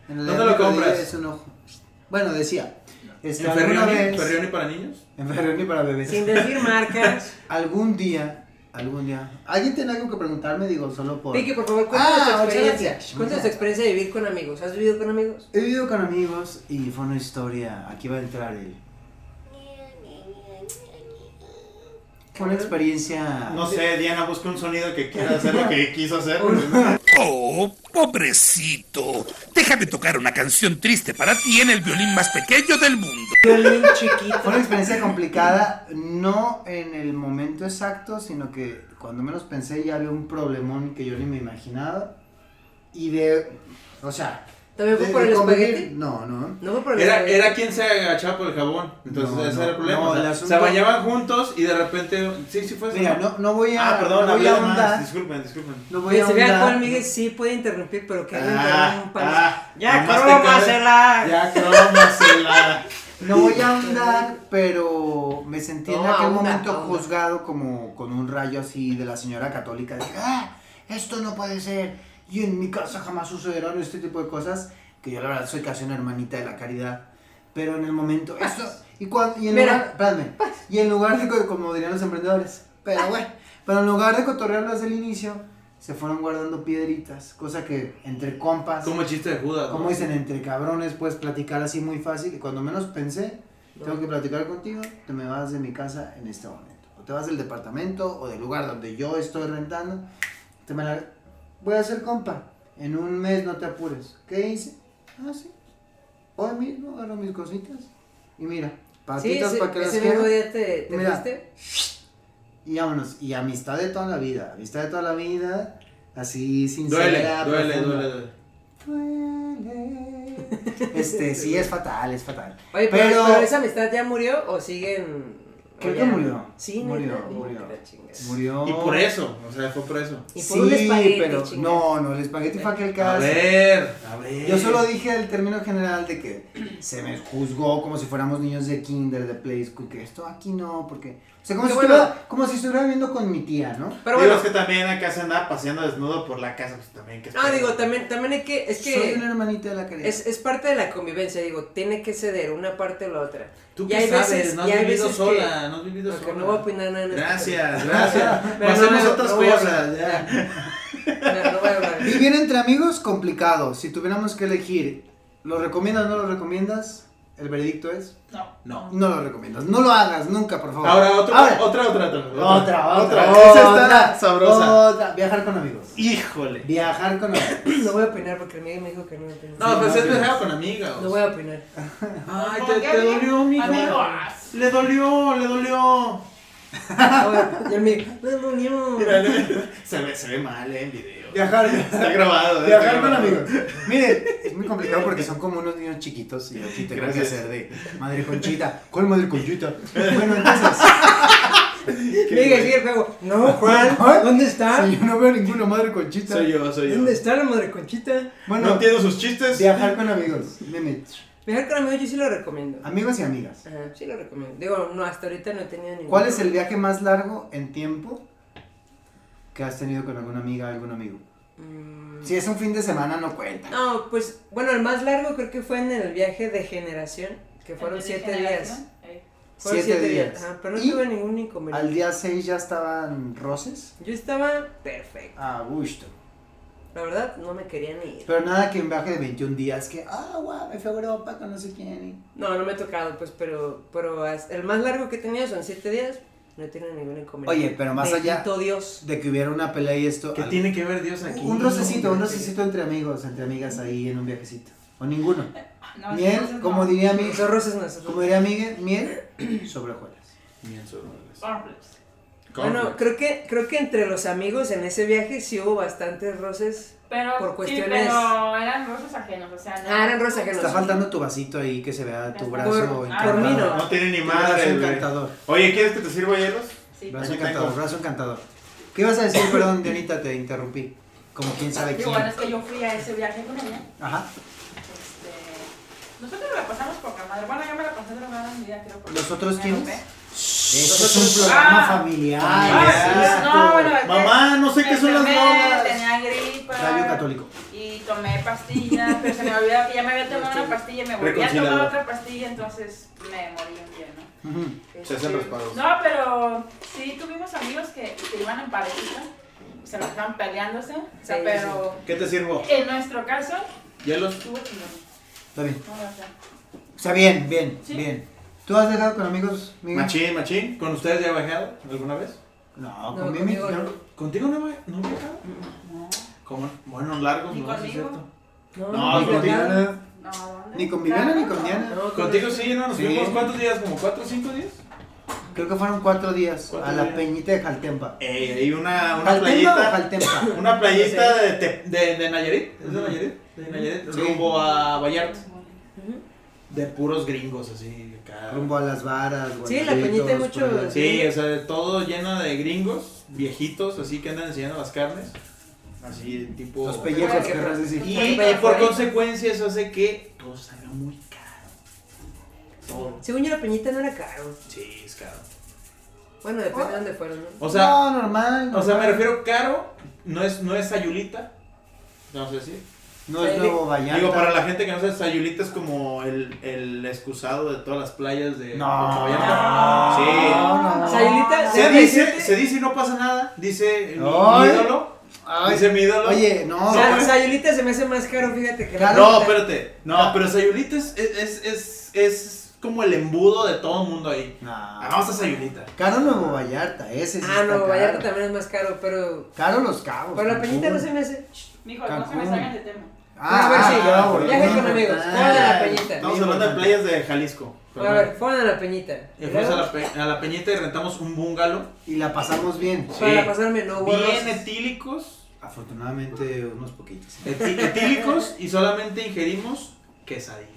Speaker 1: En el
Speaker 2: ¿Dónde lo
Speaker 1: amigo
Speaker 2: compras?
Speaker 1: de- Es un ojo. Bueno, decía. Este,
Speaker 2: ¿En
Speaker 1: alguna
Speaker 2: Ferrioni?
Speaker 1: vez-
Speaker 2: ¿Ferrioni para niños?
Speaker 1: En Ferrioni para bebés.
Speaker 3: Sin decir marcas.
Speaker 1: Algún día, algún día. ¿Alguien tiene algo que preguntarme? Digo, solo por...
Speaker 3: Vicky, por favor, cuéntanos
Speaker 1: Ah,
Speaker 3: tu
Speaker 1: muchas
Speaker 3: experiencia.
Speaker 1: gracias.
Speaker 3: Cuéntanos tu experiencia de vivir con amigos. ¿Has vivido con amigos?
Speaker 1: He vivido con amigos y fue una historia. Aquí va a entrar el... Fue una experiencia...
Speaker 2: Ah, No sé, Diana, busca un sonido que quiera hacer lo que quiso hacer.
Speaker 5: Oh, pobrecito. Déjame tocar una canción triste para ti en el violín más pequeño del mundo.
Speaker 3: Violín chiquito.
Speaker 1: Fue una experiencia complicada, no en el momento exacto, sino que cuando menos pensé ya había un problemón que yo ni me imaginaba. Y de, o sea,
Speaker 3: ¿También fue por el
Speaker 1: convivir?
Speaker 3: espagueti?
Speaker 1: No, no.
Speaker 3: No fue por el
Speaker 2: Era,
Speaker 3: espagueti.
Speaker 2: era quien se agachaba por el jabón. Entonces
Speaker 1: No,
Speaker 2: ese
Speaker 1: no,
Speaker 2: era el problema.
Speaker 1: no,
Speaker 2: o sea,
Speaker 1: el asunto-
Speaker 2: Se bañaban juntos y de repente. Sí, sí fue eso.
Speaker 1: Mira, no, no voy a.
Speaker 2: Ah, perdón,
Speaker 1: no voy
Speaker 2: hablé
Speaker 1: a
Speaker 2: de más.
Speaker 1: ahondar.
Speaker 2: Disculpen, disculpen.
Speaker 1: No voy
Speaker 3: Que
Speaker 1: a
Speaker 3: se vea
Speaker 1: ahondar.
Speaker 3: cuál Miguel sí puede interrumpir, pero que no
Speaker 2: Ah,
Speaker 3: interrumpa.
Speaker 2: ah,
Speaker 3: ya,
Speaker 2: nomás te cabe-
Speaker 3: crómasela.
Speaker 2: Ya, crómasela.
Speaker 1: No voy a ahondar, pero me sentí en
Speaker 3: No,
Speaker 1: aquel
Speaker 3: ahonda,
Speaker 1: momento
Speaker 3: ahonda.
Speaker 1: juzgado como con un rayo así de la señora católica. Dije, ah, esto no puede ser. Y en mi casa jamás sucederán este tipo de cosas. Que yo la verdad soy casi una hermanita de la caridad. Pero en el momento, esto. Y, cuando, y, en,
Speaker 3: Mira.
Speaker 1: lugar, espérame, y en lugar de, co- como dirían los emprendedores, pero bueno, pero en lugar de cotorrearlo desde el inicio, se fueron guardando piedritas. Cosa que entre compas.
Speaker 2: Como el chiste de Judas. ¿no?
Speaker 1: Como dicen, entre cabrones puedes platicar así muy fácil. Y cuando menos pensé, tengo que platicar contigo, te me vas de mi casa en este momento. O te vas del departamento o del lugar donde yo estoy rentando. Te me la... Voy a hacer compa. En un mes no te apures. ¿Qué hice? Ah, sí. Hoy mismo agarro mis cositas. Y mira,
Speaker 3: Sí,
Speaker 1: patitas
Speaker 3: ese,
Speaker 1: para que las
Speaker 3: ese mismo
Speaker 1: quede.
Speaker 3: día te, te
Speaker 1: Mira.
Speaker 3: fuiste.
Speaker 1: Y vámonos. Y amistad de toda la vida. Amistad de toda la vida. Así
Speaker 2: Duele,
Speaker 1: sincera.
Speaker 2: duele,
Speaker 1: profunda.
Speaker 2: duele, duele.
Speaker 1: Duele. Este, sí, es fatal, es fatal.
Speaker 3: Oye, pero,
Speaker 1: Pero-
Speaker 3: pero esa amistad ya murió o siguen. o
Speaker 1: Creo que
Speaker 3: ya?
Speaker 1: murió.
Speaker 3: Sí,
Speaker 1: Murió,
Speaker 3: neta,
Speaker 1: murió.
Speaker 3: que la chingas.
Speaker 1: Murió.
Speaker 2: Y por eso, o sea, fue por eso.
Speaker 3: Y por un
Speaker 1: Sí,
Speaker 3: espagueti,
Speaker 1: pero
Speaker 3: chinga.
Speaker 1: no, no, el espagueti fue aquel
Speaker 2: A
Speaker 1: caso.
Speaker 2: ver, a ver.
Speaker 1: Yo solo dije el término general de que se me juzgó como si fuéramos niños de kinder, de play school, que esto aquí no, porque... O sea, como, si,
Speaker 3: Pero bueno.
Speaker 1: estuviera, como si estuviera viviendo con mi tía, ¿no?
Speaker 3: Pero
Speaker 2: Digo,
Speaker 3: bueno,
Speaker 2: es que también acá se andaba paseando desnudo por la casa, pues también que
Speaker 3: no, Ah, digo, también, también hay que. Es
Speaker 1: Soy una
Speaker 3: que
Speaker 1: hermanita de la caridad.
Speaker 3: es, es parte de la convivencia, digo, tiene que ceder una parte o la otra.
Speaker 2: Tú
Speaker 3: y
Speaker 2: qué
Speaker 3: hay
Speaker 2: sabes,
Speaker 3: veces-
Speaker 2: no has
Speaker 3: y hay
Speaker 2: vivido
Speaker 3: veces
Speaker 2: sola, no has vivido
Speaker 3: Ok,
Speaker 2: sola.
Speaker 3: no voy a opinar nada en este
Speaker 2: Gracias, gracias.
Speaker 3: Pero
Speaker 2: Pasemos
Speaker 3: no,
Speaker 2: otras
Speaker 3: no,
Speaker 2: cosas.
Speaker 3: no.
Speaker 2: ya.
Speaker 3: No, no voy a hablar.
Speaker 1: Vivir entre amigos, complicado. Si tuviéramos que elegir, ¿lo recomiendas o no lo recomiendas? El veredicto es...
Speaker 4: No.
Speaker 2: No.
Speaker 1: No lo recomiendas. No lo hagas nunca, por favor.
Speaker 2: Ahora, otro,
Speaker 1: Ahora,
Speaker 2: otra, otra, otra.
Speaker 1: Otra, otra.
Speaker 2: Esa está sabrosa.
Speaker 1: Otra. Viajar con amigos.
Speaker 2: Híjole.
Speaker 1: Viajar con amigos.
Speaker 3: No voy a opinar porque el Miguel me dijo que no opinara.
Speaker 2: No,
Speaker 1: Sí,
Speaker 2: pues
Speaker 1: no,
Speaker 2: es
Speaker 1: sí.
Speaker 2: viajado con amigas.
Speaker 3: No voy a opinar.
Speaker 2: Ay,
Speaker 4: ¿Por
Speaker 2: te,
Speaker 4: qué,
Speaker 2: te
Speaker 4: amigo?
Speaker 2: dolió, mijo.
Speaker 4: Amigo, ah,
Speaker 2: Le dolió, le dolió.
Speaker 3: No voy a- Y el Miguel, no, no, no.
Speaker 2: se, ve, se ve mal eh, en video.
Speaker 1: Viajar.
Speaker 2: Está grabado. eh, está
Speaker 1: Viajar con
Speaker 2: grabado.
Speaker 1: amigos. Miren, es muy complicado porque son como unos niños chiquitos y yo aquí tengo que
Speaker 2: Gracias.
Speaker 1: hacer de madre conchita. ¿Cuál madre conchita? Bueno, entonces,
Speaker 3: Miguel, sigue el juego. No, Juan, ¿dónde está?
Speaker 1: si yo no veo ninguna madre conchita.
Speaker 2: Ah. Soy yo, soy yo.
Speaker 3: ¿Dónde está la madre conchita?
Speaker 2: No
Speaker 1: Bueno,
Speaker 2: entiendo sus chistes.
Speaker 1: viajar con amigos. Meme.
Speaker 3: Viajar con amigos yo sí lo recomiendo.
Speaker 1: Amigos y amigas.
Speaker 3: Ajá, sí lo recomiendo. Digo, no, hasta ahorita no he tenido ningún.
Speaker 1: ¿Cuál es el viaje más largo en tiempo que has tenido con alguna amiga, algún amigo?
Speaker 3: Mm,
Speaker 1: Si es un fin de semana, no cuenta.
Speaker 3: No, pues, bueno, el más largo creo que fue en el viaje de generación, que fueron
Speaker 4: entonces,
Speaker 3: siete días.
Speaker 4: generación, eh.
Speaker 3: Fueron
Speaker 1: Siete días.
Speaker 3: Ajá, pero no
Speaker 1: Y
Speaker 3: tuve ningún
Speaker 1: Al
Speaker 3: inconveniente.
Speaker 1: día 6 ya estaban roces.
Speaker 3: Yo estaba perfecto.
Speaker 1: A gusto.
Speaker 3: La verdad, no me quería ni ir.
Speaker 1: Pero nada que un viaje de 21 días que, ah, guau, me fui a Europa con no sé quién. y-
Speaker 3: No, no me he tocado, pues, pero, pero as- el más largo que he tenido son siete días. No he tenido ningún inconveniente.
Speaker 1: Oye, pero más allá-
Speaker 3: Bendito Dios.
Speaker 1: De que hubiera una pelea y esto.
Speaker 2: ¿Qué
Speaker 1: algo.
Speaker 2: tiene que ver Dios aquí?
Speaker 1: Un rocecito, un rocecito entre amigos, entre amigas ahí en un viajecito. O ninguno.
Speaker 4: Ah, No, entonces
Speaker 1: Miel,
Speaker 4: no.
Speaker 1: como diría mi,
Speaker 3: Los roces no son-
Speaker 1: como diría Miguel, miel sobre hojuelas.
Speaker 2: Mienzo, no, no,
Speaker 4: Cornflakes.
Speaker 2: no.
Speaker 3: Bueno, creo que, creo que entre los amigos en ese viaje sí hubo bastantes roces.
Speaker 4: Pero,
Speaker 3: Por
Speaker 4: sí,
Speaker 3: cuestiones-
Speaker 4: pero eran rosas ajenos, o sea, no.
Speaker 3: Ah, eran rosas ajenos.
Speaker 1: Está faltando tu vasito ahí que se vea tu
Speaker 4: Por-
Speaker 1: brazo
Speaker 3: por
Speaker 1: encantador.
Speaker 3: mí no.
Speaker 2: No tiene ni
Speaker 1: Tu
Speaker 2: madre.
Speaker 1: brazo
Speaker 2: güey.
Speaker 1: encantador.
Speaker 2: Oye, ¿quieres que te sirva hielos?
Speaker 4: Sí.
Speaker 1: Brazo
Speaker 2: Aquí tengo.
Speaker 1: encantador, brazo encantador. ¿Qué ibas a decir? Perdón, Dianita, te interrumpí. Como quién sabe
Speaker 4: Digo,
Speaker 1: quién.
Speaker 4: bueno, es que yo fui a ese viaje con ella.
Speaker 1: Ajá.
Speaker 4: Este, nosotros la pasamos poca madre. Bueno, yo me la pasé drogada en mi vida, creo. porque
Speaker 1: ¿Los otros
Speaker 4: me
Speaker 1: quiénes?
Speaker 4: enojé.
Speaker 1: Este es un programa
Speaker 4: Ah.
Speaker 1: familiar.
Speaker 4: Ah, sí, no, bueno, es que
Speaker 2: Mamá, no sé qué son las
Speaker 4: enfermé,
Speaker 2: drogas.
Speaker 4: Tenía gripa.
Speaker 1: Radio Católico.
Speaker 4: Y tomé pastillas, pero se me olvidaba que ya me había tomado una pastilla y me volví a tomar
Speaker 2: Reconciliador.
Speaker 4: otra pastilla, entonces me morí un día, ¿no? Este,
Speaker 1: Ujú.
Speaker 2: Se hacen respaldos.
Speaker 4: No, pero sí tuvimos amigos que, que iban en parejita, se nos estaban peleándose, o sea,
Speaker 3: Sí,
Speaker 4: pero
Speaker 2: ¿Qué te sirvo?
Speaker 4: en nuestro caso
Speaker 2: ¿Hielos?
Speaker 4: estuvo chingón.
Speaker 1: Está bien.
Speaker 4: No, o sea,
Speaker 1: O sea, bien, bien,
Speaker 4: Sí.
Speaker 1: bien. ¿Tú has dejado con amigos, Miguel?
Speaker 2: Machín, machín. ¿Con ustedes ya he bajado alguna vez?
Speaker 1: No,
Speaker 3: No,
Speaker 1: con Mimi.
Speaker 3: conmigo
Speaker 1: yo-
Speaker 3: no.
Speaker 2: ¿Contigo no he ba- no he bajado? ¿Cómo? Bueno, largos,
Speaker 4: ¿Ni
Speaker 2: no, sí es
Speaker 4: conmigo?
Speaker 2: cierto.
Speaker 3: No,
Speaker 2: No,
Speaker 3: ni
Speaker 2: contigo.
Speaker 3: nada.
Speaker 4: no, ¿dónde?
Speaker 1: Ni con Viviana ni con Diana.
Speaker 3: No,
Speaker 2: Contigo sí, ¿no? Nos
Speaker 1: Sí.
Speaker 2: fuimos cuántos días, como cuatro o cinco días.
Speaker 1: Creo que fueron cuatro días
Speaker 2: Cuatro
Speaker 1: a la
Speaker 2: días.
Speaker 1: peñita de Jaltempa.
Speaker 2: Ey, hay una, una
Speaker 1: ¿Jaltempa o
Speaker 2: playita.
Speaker 1: Jaltempa?
Speaker 2: Una playita de, Te- de, de Nayarit. ¿Es de
Speaker 1: Ujú.
Speaker 2: Nayarit? de Nayarit
Speaker 1: Sí.
Speaker 2: rumbo a Vallarta.
Speaker 3: Ujú.
Speaker 2: De puros gringos, así. acá.
Speaker 1: Rumbo a las varas, güey.
Speaker 3: Sí, en la Peñita hay mucho-
Speaker 2: Sí, o sea, de todo lleno de gringos, viejitos, así que andan enseñando las carnes. Así, tipo.
Speaker 1: Los pellejos,
Speaker 3: que-
Speaker 1: querrás decir.
Speaker 2: Y, eh, por consecuencia, eso hace que todo salga muy caro. Todo.
Speaker 3: Según yo, la peñita no era caro.
Speaker 2: Sí, es caro.
Speaker 3: Bueno, depende de
Speaker 1: Ah.
Speaker 3: dónde fueron, ¿no?
Speaker 2: O sea,
Speaker 1: no, normal.
Speaker 2: o sea, me
Speaker 1: normal.
Speaker 2: refiero caro, no es, no es Sayulita. No sé si.
Speaker 1: No es nuevo Vallarta.
Speaker 2: Digo, para la gente que no sabe, Sayulita es como el, el excusado de todas las playas de
Speaker 1: No.
Speaker 2: Vallarta. Sí.
Speaker 1: No, no,
Speaker 3: Sayulita,
Speaker 2: Se
Speaker 3: Ay,
Speaker 2: dice,
Speaker 3: sí.
Speaker 2: se dice y no pasa nada. Dice mi- mi
Speaker 1: Ay.
Speaker 2: ídolo.
Speaker 1: Ay,
Speaker 2: Dice mi ídolo.
Speaker 1: Oye, no.
Speaker 3: O sea,
Speaker 1: güey.
Speaker 3: Sayulita se me hace más caro, fíjate que. la
Speaker 1: Claro.
Speaker 2: No,
Speaker 3: neta.
Speaker 2: espérate. No, pero Sayulita es, es, es, es como el embudo de todo el mundo ahí. Ah,
Speaker 1: No.
Speaker 2: vamos a Sayulita.
Speaker 1: Caro Nuevo Vallarta, ese sí. está
Speaker 3: Ah, no,
Speaker 1: caro. Pues
Speaker 3: Vallarta también es más caro, pero.
Speaker 1: Caro los cabos.
Speaker 3: Pero la peñita no
Speaker 1: Cancún.
Speaker 3: se me hace.
Speaker 4: Mijo, no se me
Speaker 1: Cancún.
Speaker 4: salgan de tema.
Speaker 1: Ah,
Speaker 3: A ver, sí,
Speaker 1: ah, güey,
Speaker 3: viaje
Speaker 1: muy
Speaker 3: con amigos.
Speaker 1: importante.
Speaker 3: Fuera de la peñita.
Speaker 2: Estamos hablando de playas de Jalisco.
Speaker 3: A ver, fueron a la peñita.
Speaker 2: Y Eh, fuimos a la, pe- a la peñita y rentamos un bungalow.
Speaker 1: Y la pasamos bien.
Speaker 2: Sí.
Speaker 3: Para pasarme no hubo
Speaker 2: Bien
Speaker 3: rosas.
Speaker 2: etílicos.
Speaker 1: Afortunadamente, unos poquitos.
Speaker 2: Eti- etílicos y solamente ingerimos quesadillas.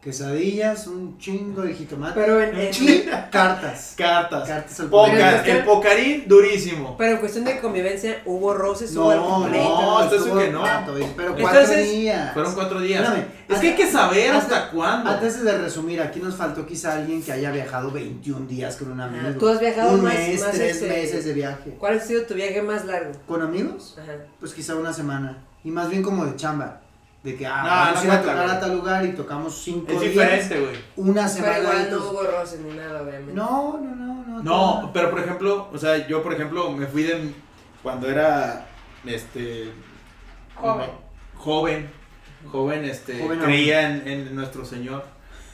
Speaker 1: Quesadillas, un chingo de jitomate.
Speaker 3: Pero en, en-
Speaker 1: Y cartas.
Speaker 2: Cartas.
Speaker 1: Cartas al
Speaker 2: Poca-
Speaker 3: Pero es que-
Speaker 2: el pocarín durísimo.
Speaker 3: pero en cuestión de convivencia hubo roces, hubo
Speaker 1: No,
Speaker 3: algo
Speaker 1: no,
Speaker 2: no, esto es
Speaker 1: estuvo
Speaker 2: que no.
Speaker 1: tanto, eh, pero cuatro
Speaker 3: Entonces,
Speaker 1: días.
Speaker 2: Fueron cuatro días.
Speaker 1: Espérame,
Speaker 2: es que hay que saber
Speaker 1: antes-
Speaker 2: hasta, cuándo.
Speaker 1: Antes de resumir, aquí nos faltó quizá alguien que haya viajado 21 días con un amigo.
Speaker 3: tú has viajado
Speaker 1: un
Speaker 3: más-
Speaker 1: mes,
Speaker 3: más,
Speaker 1: tres
Speaker 3: este,
Speaker 1: meses de viaje.
Speaker 3: ¿Cuál ha sido tu viaje más largo?
Speaker 1: ¿Con amigos?
Speaker 3: Ajá.
Speaker 1: Pues quizá una semana. Y más bien como de chamba. De que, ah,
Speaker 2: No,
Speaker 1: vamos
Speaker 2: no
Speaker 1: a ir a
Speaker 2: cuenta,
Speaker 1: tocar
Speaker 2: güey.
Speaker 1: a tal lugar y tocamos cinco
Speaker 2: es
Speaker 1: días.
Speaker 2: diferente, güey.
Speaker 1: Una semana.
Speaker 3: Pero igual no
Speaker 1: entonces-
Speaker 3: hubo roces ni nada, obviamente.
Speaker 1: no, no, no, no.
Speaker 2: No, pero por ejemplo, o sea, yo por ejemplo me fui de cuando era este
Speaker 4: Joven.
Speaker 2: joven, joven, este,
Speaker 1: Joven
Speaker 2: creía en, en nuestro Señor.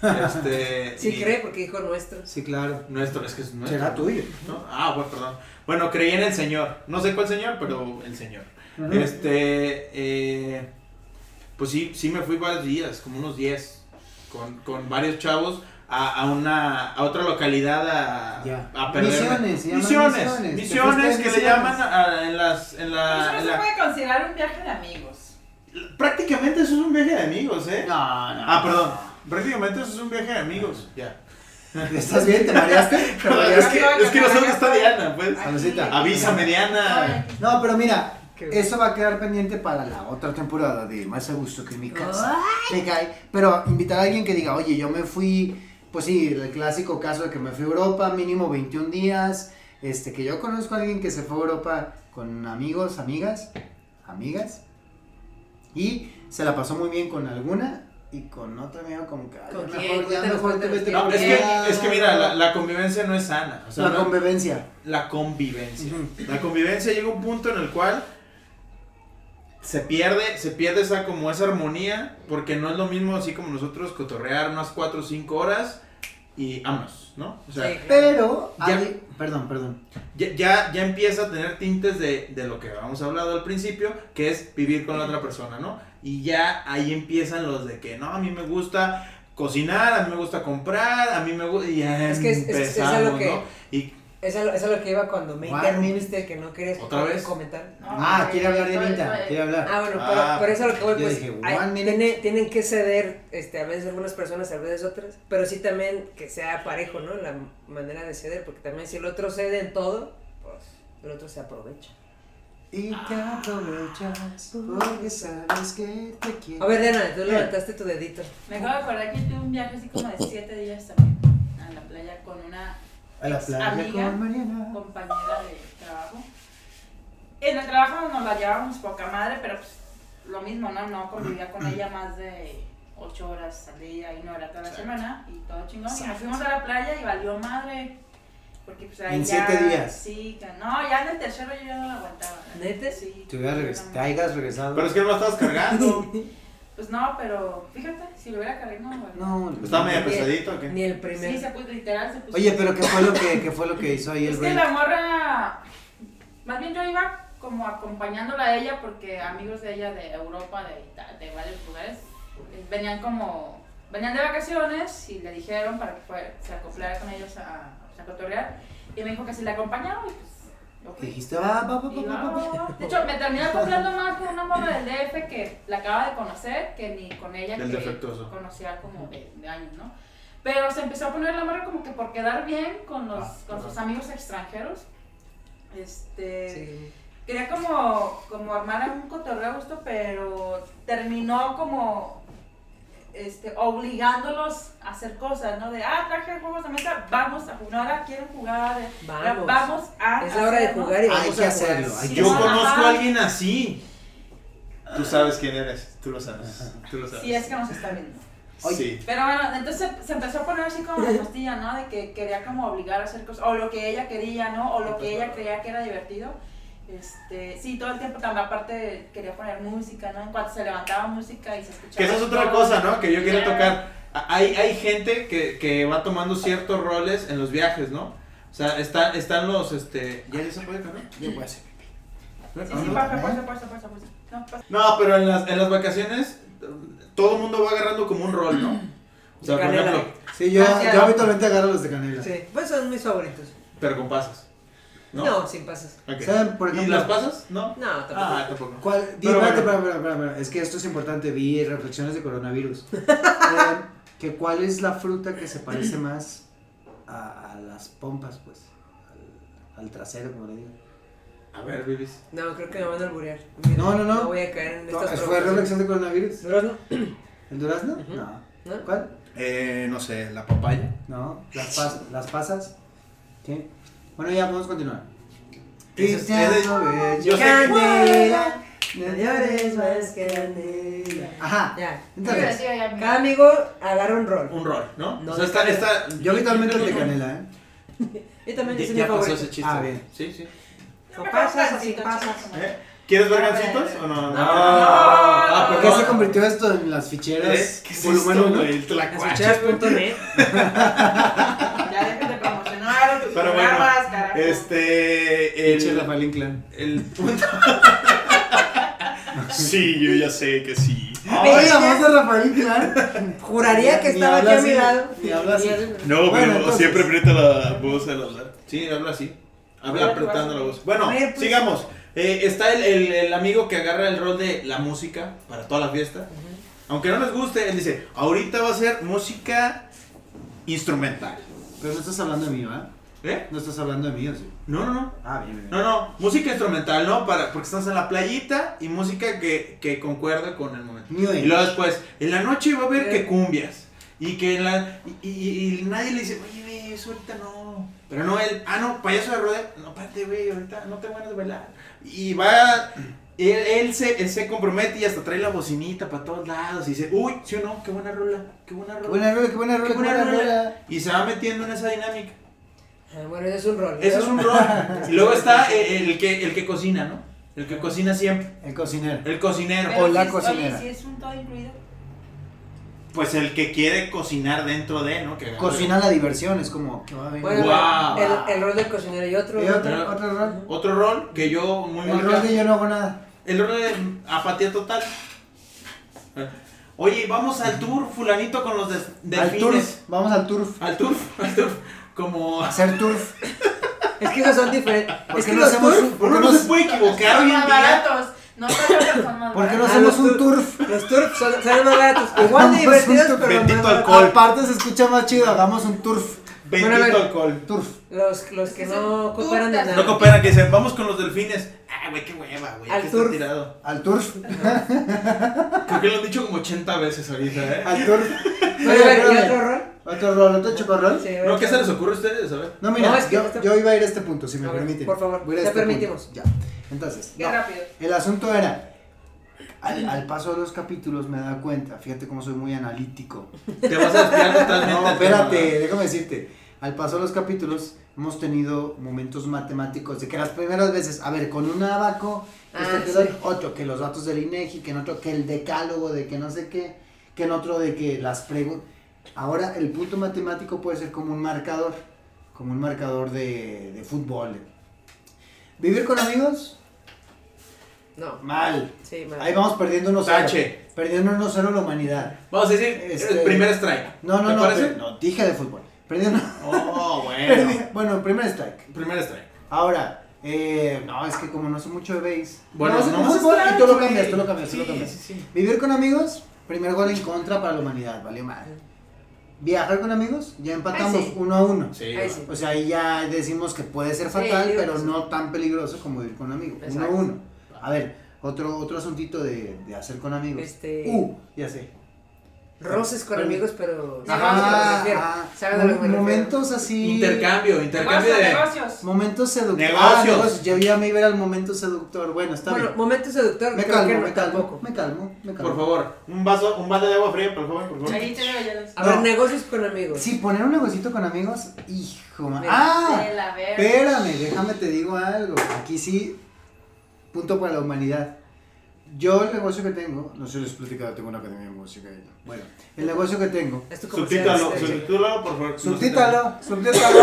Speaker 2: Este,
Speaker 3: Sí
Speaker 2: y-
Speaker 3: cree porque dijo nuestro.
Speaker 1: Sí, claro.
Speaker 2: Nuestro, es que es nuestro.
Speaker 1: Será tuyo.
Speaker 2: ¿no? Ah, bueno, perdón. Bueno, creí en el Señor. No sé cuál Señor, pero el Señor.
Speaker 1: Ajá.
Speaker 2: Este, eh, pues sí, sí me fui varios días, como unos 10, con, con varios chavos a, a una, a otra localidad a,
Speaker 1: Ya.
Speaker 2: a perderme.
Speaker 1: Misiones, se llaman
Speaker 2: misiones,
Speaker 1: misiones.
Speaker 2: misiones
Speaker 1: Te fuiste
Speaker 2: que
Speaker 1: a
Speaker 2: le
Speaker 1: misiones.
Speaker 2: llaman a- en las, en
Speaker 4: Eso
Speaker 2: la,
Speaker 4: no
Speaker 2: en
Speaker 4: se
Speaker 2: la-
Speaker 4: puede considerar un viaje de amigos.
Speaker 2: prácticamente eso es un viaje de amigos, ¿eh?
Speaker 1: No, no.
Speaker 2: Ah, perdón, prácticamente eso es un viaje de amigos, ya.
Speaker 1: ¿Estás bien? ¿Te mareaste? ¿Te
Speaker 2: Es
Speaker 1: mareaste?
Speaker 2: que, es que nosotros está Diana, pues.
Speaker 1: Salucita.
Speaker 2: Avísame, Diana.
Speaker 4: Ay.
Speaker 1: No, pero mira,
Speaker 3: Qué bueno.
Speaker 1: eso va a quedar pendiente para la otra temporada de Más a Gusto que en mi casa. Me cae. Pero invitar a alguien que diga, oye, yo me fui, pues sí, el clásico caso de que me fui a Europa, mínimo 21 días. Este, que yo conozco a alguien que se fue a Europa con amigos, amigas, amigas. Y se la pasó muy bien con alguna y con otra amigo como que... ay,
Speaker 3: ¿Con
Speaker 1: ya
Speaker 3: quién?
Speaker 1: mejor, ya
Speaker 3: Cuéntanos,
Speaker 1: mejor te
Speaker 3: cuéntanos.
Speaker 1: vete
Speaker 2: No,
Speaker 1: por
Speaker 2: es que,
Speaker 1: allá.
Speaker 2: es que mira, la, la convivencia no es sana. O sea,
Speaker 1: La
Speaker 2: no-
Speaker 1: convivencia.
Speaker 2: la convivencia.
Speaker 1: Ujú.
Speaker 2: La convivencia llega a un punto en el cual se pierde, se pierde esa como esa armonía, porque no es lo mismo así como nosotros cotorrear unas 4 o 5 horas y vámonos, ¿no? O sea,
Speaker 3: Sí.
Speaker 1: Pero...
Speaker 2: Ya.
Speaker 1: hay- Perdón, perdón.
Speaker 2: ya, ya, ya empieza a tener tintes de, de lo que habíamos hablado al principio, que es vivir con la otra persona, ¿no? Y ya ahí empiezan los de que, no, a mí me gusta cocinar, a mí me gusta comprar, a mí me gusta... Y ya
Speaker 3: Es que es- es- es
Speaker 2: empezamos,
Speaker 3: a lo que-
Speaker 2: ¿no? Y
Speaker 3: Eso es a lo que iba cuando me
Speaker 1: Wow.
Speaker 3: interrumpiste que no querías
Speaker 2: ¿Otra vez?
Speaker 3: comentar.
Speaker 4: No,
Speaker 1: Ah,
Speaker 4: hombre,
Speaker 1: quiere hablar de
Speaker 4: eso-
Speaker 1: Anita,
Speaker 4: eso-
Speaker 1: quiere hablar.
Speaker 3: Ah, bueno,
Speaker 2: Ah,
Speaker 3: pero, pero eso es a lo que voy,
Speaker 1: yo
Speaker 3: pues
Speaker 1: dije,
Speaker 3: hay-
Speaker 1: one minute.
Speaker 3: tiene- tienen que ceder, este, a veces algunas personas, a veces otras, pero sí también que sea parejo, ¿no? La manera de ceder, porque también si el otro cede en todo, pues el otro se aprovecha.
Speaker 1: Y te aprovechas porque sabes que te quiero.
Speaker 3: A ver, Diana, tú
Speaker 1: Eh.
Speaker 3: levantaste tu dedito.
Speaker 4: Me acabo de acordar que tuve un viaje así como de 7 días también a la playa con una
Speaker 1: a la playa
Speaker 4: amiga.
Speaker 1: con Mariana.
Speaker 4: compañera de trabajo. En el trabajo nos la llevábamos poca madre, pero pues lo mismo, ¿no? No convivía con ella más de 8 horas al día y no era toda la semana y todo chingón. Y nos fuimos a la playa y valió madre. Porque pues ahí
Speaker 1: En
Speaker 4: ya-
Speaker 1: siete días.
Speaker 4: Sí, que- no, ya en el tercero yo ya no la aguantaba.
Speaker 3: ¿Neta?
Speaker 4: Sí.
Speaker 1: Te, hubieras regresado, te hayas regresado.
Speaker 2: Pero es que no la estabas cargando.
Speaker 4: Pues no, pero fíjate, si lo hubiera cargado, no, güey.
Speaker 1: No, no.
Speaker 2: ¿Está medio
Speaker 3: Bien.
Speaker 2: pesadito o qué?
Speaker 3: Ni el primer.
Speaker 4: Sí, se puso literal, se puso.
Speaker 1: Oye, pero ¿qué fue lo que, qué fue lo que hizo ahí el
Speaker 4: Es que
Speaker 1: Brent?
Speaker 4: la morra, más bien yo iba como acompañándola a ella porque amigos de ella de Europa, de, Ita- de varios lugares, eh, venían como, venían de vacaciones y le dijeron para que fue- se acoplara con ellos a, a cotorrear y me dijo que si la acompañaba y pues Yo fui.
Speaker 1: Dijiste, va, va, va,
Speaker 4: Y
Speaker 1: va, va, va.
Speaker 4: va. De hecho, me terminé comprando más con una morra del DF que la acaba de conocer que ni con ella
Speaker 2: Del
Speaker 4: que
Speaker 2: defectuoso.
Speaker 4: conocía como de, de años, ¿no? Pero se empezó a poner la morra como que por quedar bien con, los,
Speaker 2: Ah,
Speaker 4: con
Speaker 2: ajá.
Speaker 4: sus amigos extranjeros. Este.
Speaker 3: Sí.
Speaker 4: Quería como, como armar un cotorreo a gusto, pero terminó como este, obligándolos a hacer cosas, ¿no? De, ah, traje juegos de mesa, vamos a jugar, ahora quieren jugar, eh,
Speaker 3: Vamos.
Speaker 4: vamos a...
Speaker 3: Es la hora de
Speaker 4: hacer, ¿no?
Speaker 3: jugar y
Speaker 1: Hay
Speaker 3: vamos
Speaker 1: que
Speaker 3: a jugar.
Speaker 1: hacerlo, hay
Speaker 4: Sí,
Speaker 1: que
Speaker 2: Yo
Speaker 4: Ajá.
Speaker 2: conozco a alguien así. Tú sabes quién eres, tú lo sabes, tú lo sabes.
Speaker 4: Si es que nos está viendo.
Speaker 1: Oye.
Speaker 2: Sí.
Speaker 4: Pero bueno, entonces se empezó a poner así como la pastilla, ¿no? De que quería como obligar a hacer cosas, o lo que ella quería, ¿no? O
Speaker 2: pues,
Speaker 4: lo que ella creía que era divertido. Este, sí, todo el tiempo también aparte quería poner música, ¿no? En cuanto se levantaba música y se escuchaba.
Speaker 2: Que esa es otra
Speaker 4: todo.
Speaker 2: cosa, ¿no? Que yo quiero
Speaker 4: Ya.
Speaker 2: tocar. A- Hay, hay gente que, que va tomando ciertos roles en los viajes, ¿no? O sea, está- están los, este... ¿Ya ya se puede también?
Speaker 1: Yo voy a hacer. Ah,
Speaker 4: Sí, sí, pasa, pasa, pasa, pasa, pasa. No, pasa.
Speaker 2: No, pero en las, en las vacaciones todo el mundo va agarrando como un rol, ¿no? O sea, por
Speaker 3: Canela.
Speaker 2: ejemplo,
Speaker 4: ¿eh?
Speaker 1: Sí, yo,
Speaker 4: Hacia
Speaker 1: yo
Speaker 4: la-
Speaker 1: habitualmente agarro los de canela.
Speaker 3: Sí, pues son mis favoritos.
Speaker 2: pero con pasas. ¿No?
Speaker 3: No, sin pasas.
Speaker 2: Ok.
Speaker 1: ¿Saben, por
Speaker 2: ¿Y
Speaker 1: ejemplo,
Speaker 2: las pasas? No.
Speaker 3: No, tampoco.
Speaker 2: Ah, tampoco.
Speaker 1: ¿Cuál? Di,
Speaker 2: Pero
Speaker 1: espérate,
Speaker 2: bueno.
Speaker 1: espera, espera, espera, espera. Es que esto es importante. Vi reflexiones de coronavirus. Eh, que ¿Cuál es la fruta que se parece más a, a las pompas, pues? Al, al trasero, como le digo.
Speaker 2: A ver, Vivis.
Speaker 3: No, creo que me van a alburear.
Speaker 1: No, no, no.
Speaker 3: No voy a caer en estas
Speaker 1: ¿Fue
Speaker 3: provocaciones.
Speaker 1: reflexión de coronavirus?
Speaker 3: Durazno.
Speaker 1: ¿El durazno?
Speaker 3: Ujú.
Speaker 1: No.
Speaker 3: ¿No?
Speaker 1: ¿Cuál?
Speaker 2: Eh, no sé, la papaya.
Speaker 1: No. ¿Las, pas- las pasas? ¿Qué? Bueno, ya podemos continuar.
Speaker 2: Ese es- ese es-
Speaker 1: Bello.
Speaker 2: yo sé que-
Speaker 3: Canela, no llores más canela.
Speaker 1: Ajá.
Speaker 3: Ya.
Speaker 1: Entonces,
Speaker 4: Sí, sí, ya, mira.
Speaker 3: Cada amigo agarra un rol.
Speaker 2: Un rol, ¿no?
Speaker 3: No,
Speaker 2: o sea,
Speaker 3: de
Speaker 2: está,
Speaker 3: canela.
Speaker 2: está-
Speaker 1: Yo habitualmente el de canela, ¿eh?
Speaker 3: Y también
Speaker 2: Ya,
Speaker 3: es mi
Speaker 2: ya pasó
Speaker 3: favorito.
Speaker 2: ese chiste.
Speaker 1: Ah, bien.
Speaker 2: Sí, sí.
Speaker 3: Con pasas o sin pasas.
Speaker 2: ¿Eh? ¿Quieres ver gancitos o no? Ah,
Speaker 1: ¿Por
Speaker 2: ¿por
Speaker 1: qué
Speaker 2: qué
Speaker 1: se convirtió esto en las ficheras?
Speaker 2: ¿Eh? ¿Qué es
Speaker 1: volumen
Speaker 2: esto,
Speaker 1: uno?
Speaker 2: güey? El tlacuache.
Speaker 3: Escuchas.net.
Speaker 4: Ya dejen de promocionar tus
Speaker 2: Pero bueno,
Speaker 4: programas, carajo.
Speaker 2: Este.
Speaker 1: Pinche
Speaker 2: El,
Speaker 1: Rafael Inclán.
Speaker 2: el punto.
Speaker 6: Sí, yo ya sé que sí.
Speaker 1: Oye, vamos a Rafael Inclán.
Speaker 3: Juraría que
Speaker 1: Ni
Speaker 3: estaba aquí
Speaker 1: habla
Speaker 3: a mi
Speaker 1: así,
Speaker 3: lado.
Speaker 1: ni habla así.
Speaker 6: No,
Speaker 1: Bueno,
Speaker 6: pero
Speaker 1: entonces-
Speaker 6: siempre aprieta la voz al hablar.
Speaker 2: Sí, habla así. Habla apretando la voz. Bueno,
Speaker 3: A ver, pues.
Speaker 2: sigamos. Eh, está el, el- el amigo que agarra el rol de la música para toda la fiesta. Aunque no les guste, él dice: Ahorita va a ser música instrumental.
Speaker 1: Pero no estás hablando de mí, ¿va?
Speaker 2: ¿Eh?
Speaker 1: No estás hablando de mí, ¿o sí?
Speaker 2: No, no, no.
Speaker 1: Ah, bien, bien.
Speaker 2: No, no, música instrumental, ¿no? Para, porque estás en la playita y música que, que concuerde con el momento.
Speaker 1: New Age.
Speaker 2: Y luego después, en la noche va a haber
Speaker 3: Sí.
Speaker 2: que cumbias. Y que en la. Y, y- y nadie le dice, oye, güey, eso ahorita no. Pero no él, ah, no, payaso de rodea. No, espérate, güey, ahorita no te van a bailar. Y va. Él, él se, él se compromete y hasta trae la bocinita para todos lados. Y dice, uy, sí o no, qué buena rola, qué buena rola.
Speaker 1: Qué buena rola, qué buena rola,
Speaker 2: qué buena rola.
Speaker 1: rola.
Speaker 2: Y se va metiendo en esa dinámica.
Speaker 3: Ah, Bueno, ese es un rol.
Speaker 2: Ese es un rol. Y luego está eh, el, el que, el que cocina, ¿no? El que cocina siempre.
Speaker 1: El cocinero.
Speaker 2: El cocinero.
Speaker 4: Pero
Speaker 1: o la
Speaker 4: si es- oye,
Speaker 1: cocinera.
Speaker 4: si es un todo incluido.
Speaker 2: Pues el que quiere cocinar dentro de, ¿no? Que
Speaker 1: Cocina la diversión, es como que va a venir.
Speaker 3: Bueno,
Speaker 2: Guau.
Speaker 3: el, el rol del cocinero y otro.
Speaker 1: ¿Y otro,
Speaker 2: Pero-
Speaker 1: otro rol?
Speaker 2: Otro rol que yo muy
Speaker 1: El
Speaker 2: marcado.
Speaker 1: rol de yo no hago nada.
Speaker 2: El rol de apatía total. Oye, vamos al tour, fulanito, con los des-
Speaker 1: Al turf.
Speaker 2: delfines.
Speaker 1: Vamos al turf.
Speaker 2: Al tour. Al tour. Como.
Speaker 1: Hacer turf.
Speaker 3: Es que no son diferentes.
Speaker 1: ¿Por
Speaker 3: Es
Speaker 1: qué
Speaker 3: que
Speaker 1: no
Speaker 3: los
Speaker 1: hacemos
Speaker 3: turf-
Speaker 1: un- por qué
Speaker 2: Uno
Speaker 1: no
Speaker 2: no se
Speaker 1: hace-
Speaker 2: puede equivocar hoy en
Speaker 4: más
Speaker 2: día.
Speaker 4: baratos. No todos son más
Speaker 1: por qué no
Speaker 3: Ah,
Speaker 4: baratos.
Speaker 1: hacemos
Speaker 3: los
Speaker 1: un
Speaker 3: tur-
Speaker 1: turf?
Speaker 3: Los turf son, salen más baratos. Igual de
Speaker 1: Hagamos un
Speaker 3: divertidos,
Speaker 1: turf.
Speaker 3: pero más
Speaker 2: Bendito
Speaker 3: baratos.
Speaker 2: alcohol.
Speaker 1: Aparte se escucha más chido, hagamos un turf.
Speaker 2: Bendito
Speaker 3: Bueno, a ver.
Speaker 2: alcohol.
Speaker 1: Turf.
Speaker 3: Los, los que
Speaker 4: Es que son
Speaker 3: no cooperan de
Speaker 4: turcas.
Speaker 2: No
Speaker 3: nada.
Speaker 2: cooperan, que dicen, vamos con los delfines. Ah, güey, qué hueva, güey.
Speaker 3: Al
Speaker 2: que
Speaker 3: tour.
Speaker 2: está tirado.
Speaker 1: Al turf.
Speaker 2: Creo que lo han dicho como 80 veces ahorita, ¿eh?
Speaker 1: Al turf.
Speaker 3: Bueno, a ver, ¿Y otro rol?
Speaker 1: Otro rol, otro chocorrol.
Speaker 3: Sí,
Speaker 2: No,
Speaker 3: otro.
Speaker 2: ¿qué se les ocurre a ustedes? A ver.
Speaker 1: No, mira,
Speaker 3: No, es que
Speaker 1: yo,
Speaker 3: este-
Speaker 1: yo iba a ir a este punto, si me
Speaker 3: A ver,
Speaker 1: permiten.
Speaker 3: por favor,
Speaker 1: Voy a ir a
Speaker 3: te
Speaker 1: este
Speaker 3: permitimos.
Speaker 1: punto. Ya. Entonces,
Speaker 4: Qué
Speaker 1: no,
Speaker 4: rápido.
Speaker 1: el asunto era, al, al paso de los capítulos me da cuenta, fíjate cómo soy muy analítico.
Speaker 2: Te vas a desviar totalmente.
Speaker 1: No,
Speaker 2: del Este tema, ¿verdad?
Speaker 1: espérate, déjame decirte. Al paso de los capítulos hemos tenido momentos matemáticos de que las primeras veces, a ver, con un abaco, este
Speaker 3: Ah,
Speaker 1: te
Speaker 3: sí.
Speaker 1: doy otro, que los datos del INEGI, que en otro, que el decálogo de que no sé qué, que en otro de que las preguntas. Ahora, el punto matemático puede ser como un marcador, como un marcador de, de fútbol. ¿Vivir con amigos?
Speaker 3: No.
Speaker 1: Mal.
Speaker 3: Sí, mal.
Speaker 1: Ahí vamos perdiendo unos
Speaker 2: Tache.
Speaker 1: Perdiendo unos cero la humanidad.
Speaker 2: Vamos a decir,
Speaker 1: Este-
Speaker 2: el primer strike.
Speaker 1: No, no,
Speaker 2: ¿Te
Speaker 1: no.
Speaker 2: parece?
Speaker 1: pero- no, dije de fútbol. Perdiendo.
Speaker 2: Oh,
Speaker 1: Perdi-
Speaker 2: bueno.
Speaker 1: Bueno, primer strike.
Speaker 2: primer strike.
Speaker 1: Ahora, Eh, no, es que como no sé mucho de base.
Speaker 2: Bueno,
Speaker 1: no, sé-
Speaker 2: no,
Speaker 1: no sé
Speaker 2: es
Speaker 1: por- y tú lo
Speaker 2: güey.
Speaker 1: cambias, tú lo cambias, tú lo
Speaker 2: Sí,
Speaker 1: cambias.
Speaker 2: sí, sí.
Speaker 1: Vivir con amigos, primer gol en contra para la humanidad, valió madre. Viajar con amigos, ya empatamos
Speaker 3: Ah, sí.
Speaker 1: uno a uno.
Speaker 2: Sí, va.
Speaker 3: Ahí sí.
Speaker 1: O sea, ahí ya decimos que puede ser
Speaker 3: Sí,
Speaker 1: fatal,
Speaker 3: yo creo
Speaker 1: pero
Speaker 3: que sí.
Speaker 1: no tan peligroso como vivir con amigos. Uno
Speaker 3: Exacto.
Speaker 1: a uno. A ver, otro, otro asuntito de, de hacer con amigos.
Speaker 3: Este-
Speaker 1: Uh, ya sé.
Speaker 3: Roces con
Speaker 1: Pero-
Speaker 3: amigos, pero. ¿Sabes a lo que me
Speaker 1: Ajá,
Speaker 3: refiero?
Speaker 1: ajá.
Speaker 3: ¿Sabes a lo que me refiero?
Speaker 1: Momentos así.
Speaker 2: Intercambio, intercambio de.
Speaker 4: negocios.
Speaker 1: Momentos seductores.
Speaker 2: Negocios.
Speaker 1: Yo Ah, ya me iba a ir al momento seductor. Bueno, está
Speaker 3: Bueno,
Speaker 1: bien.
Speaker 3: momento seductor,
Speaker 1: Me
Speaker 3: creo
Speaker 1: calmo,
Speaker 3: que no
Speaker 1: me calmo,
Speaker 3: tampoco.
Speaker 1: me calmo, me calmo.
Speaker 2: Por favor, un vaso, un vaso de agua fría, por favor, por favor.
Speaker 4: Ahí te veo ya los-
Speaker 3: A
Speaker 1: No.
Speaker 3: ver, negocios con amigos.
Speaker 1: Sí, poner un negocito con amigos, hijo. ma-
Speaker 3: Mira,
Speaker 1: ¡Ah!
Speaker 4: de la verga.
Speaker 1: Espérame, déjame te digo algo. Aquí sí, punto para la humanidad. Yo el negocio que tengo, no sé les he platicado, tengo una academia de música y Bueno, el negocio que tengo.
Speaker 3: Es tu comercial,
Speaker 2: Subtítalo,
Speaker 3: este,
Speaker 2: subtítalo, por favor.
Speaker 1: Subtítalo, subtítalo.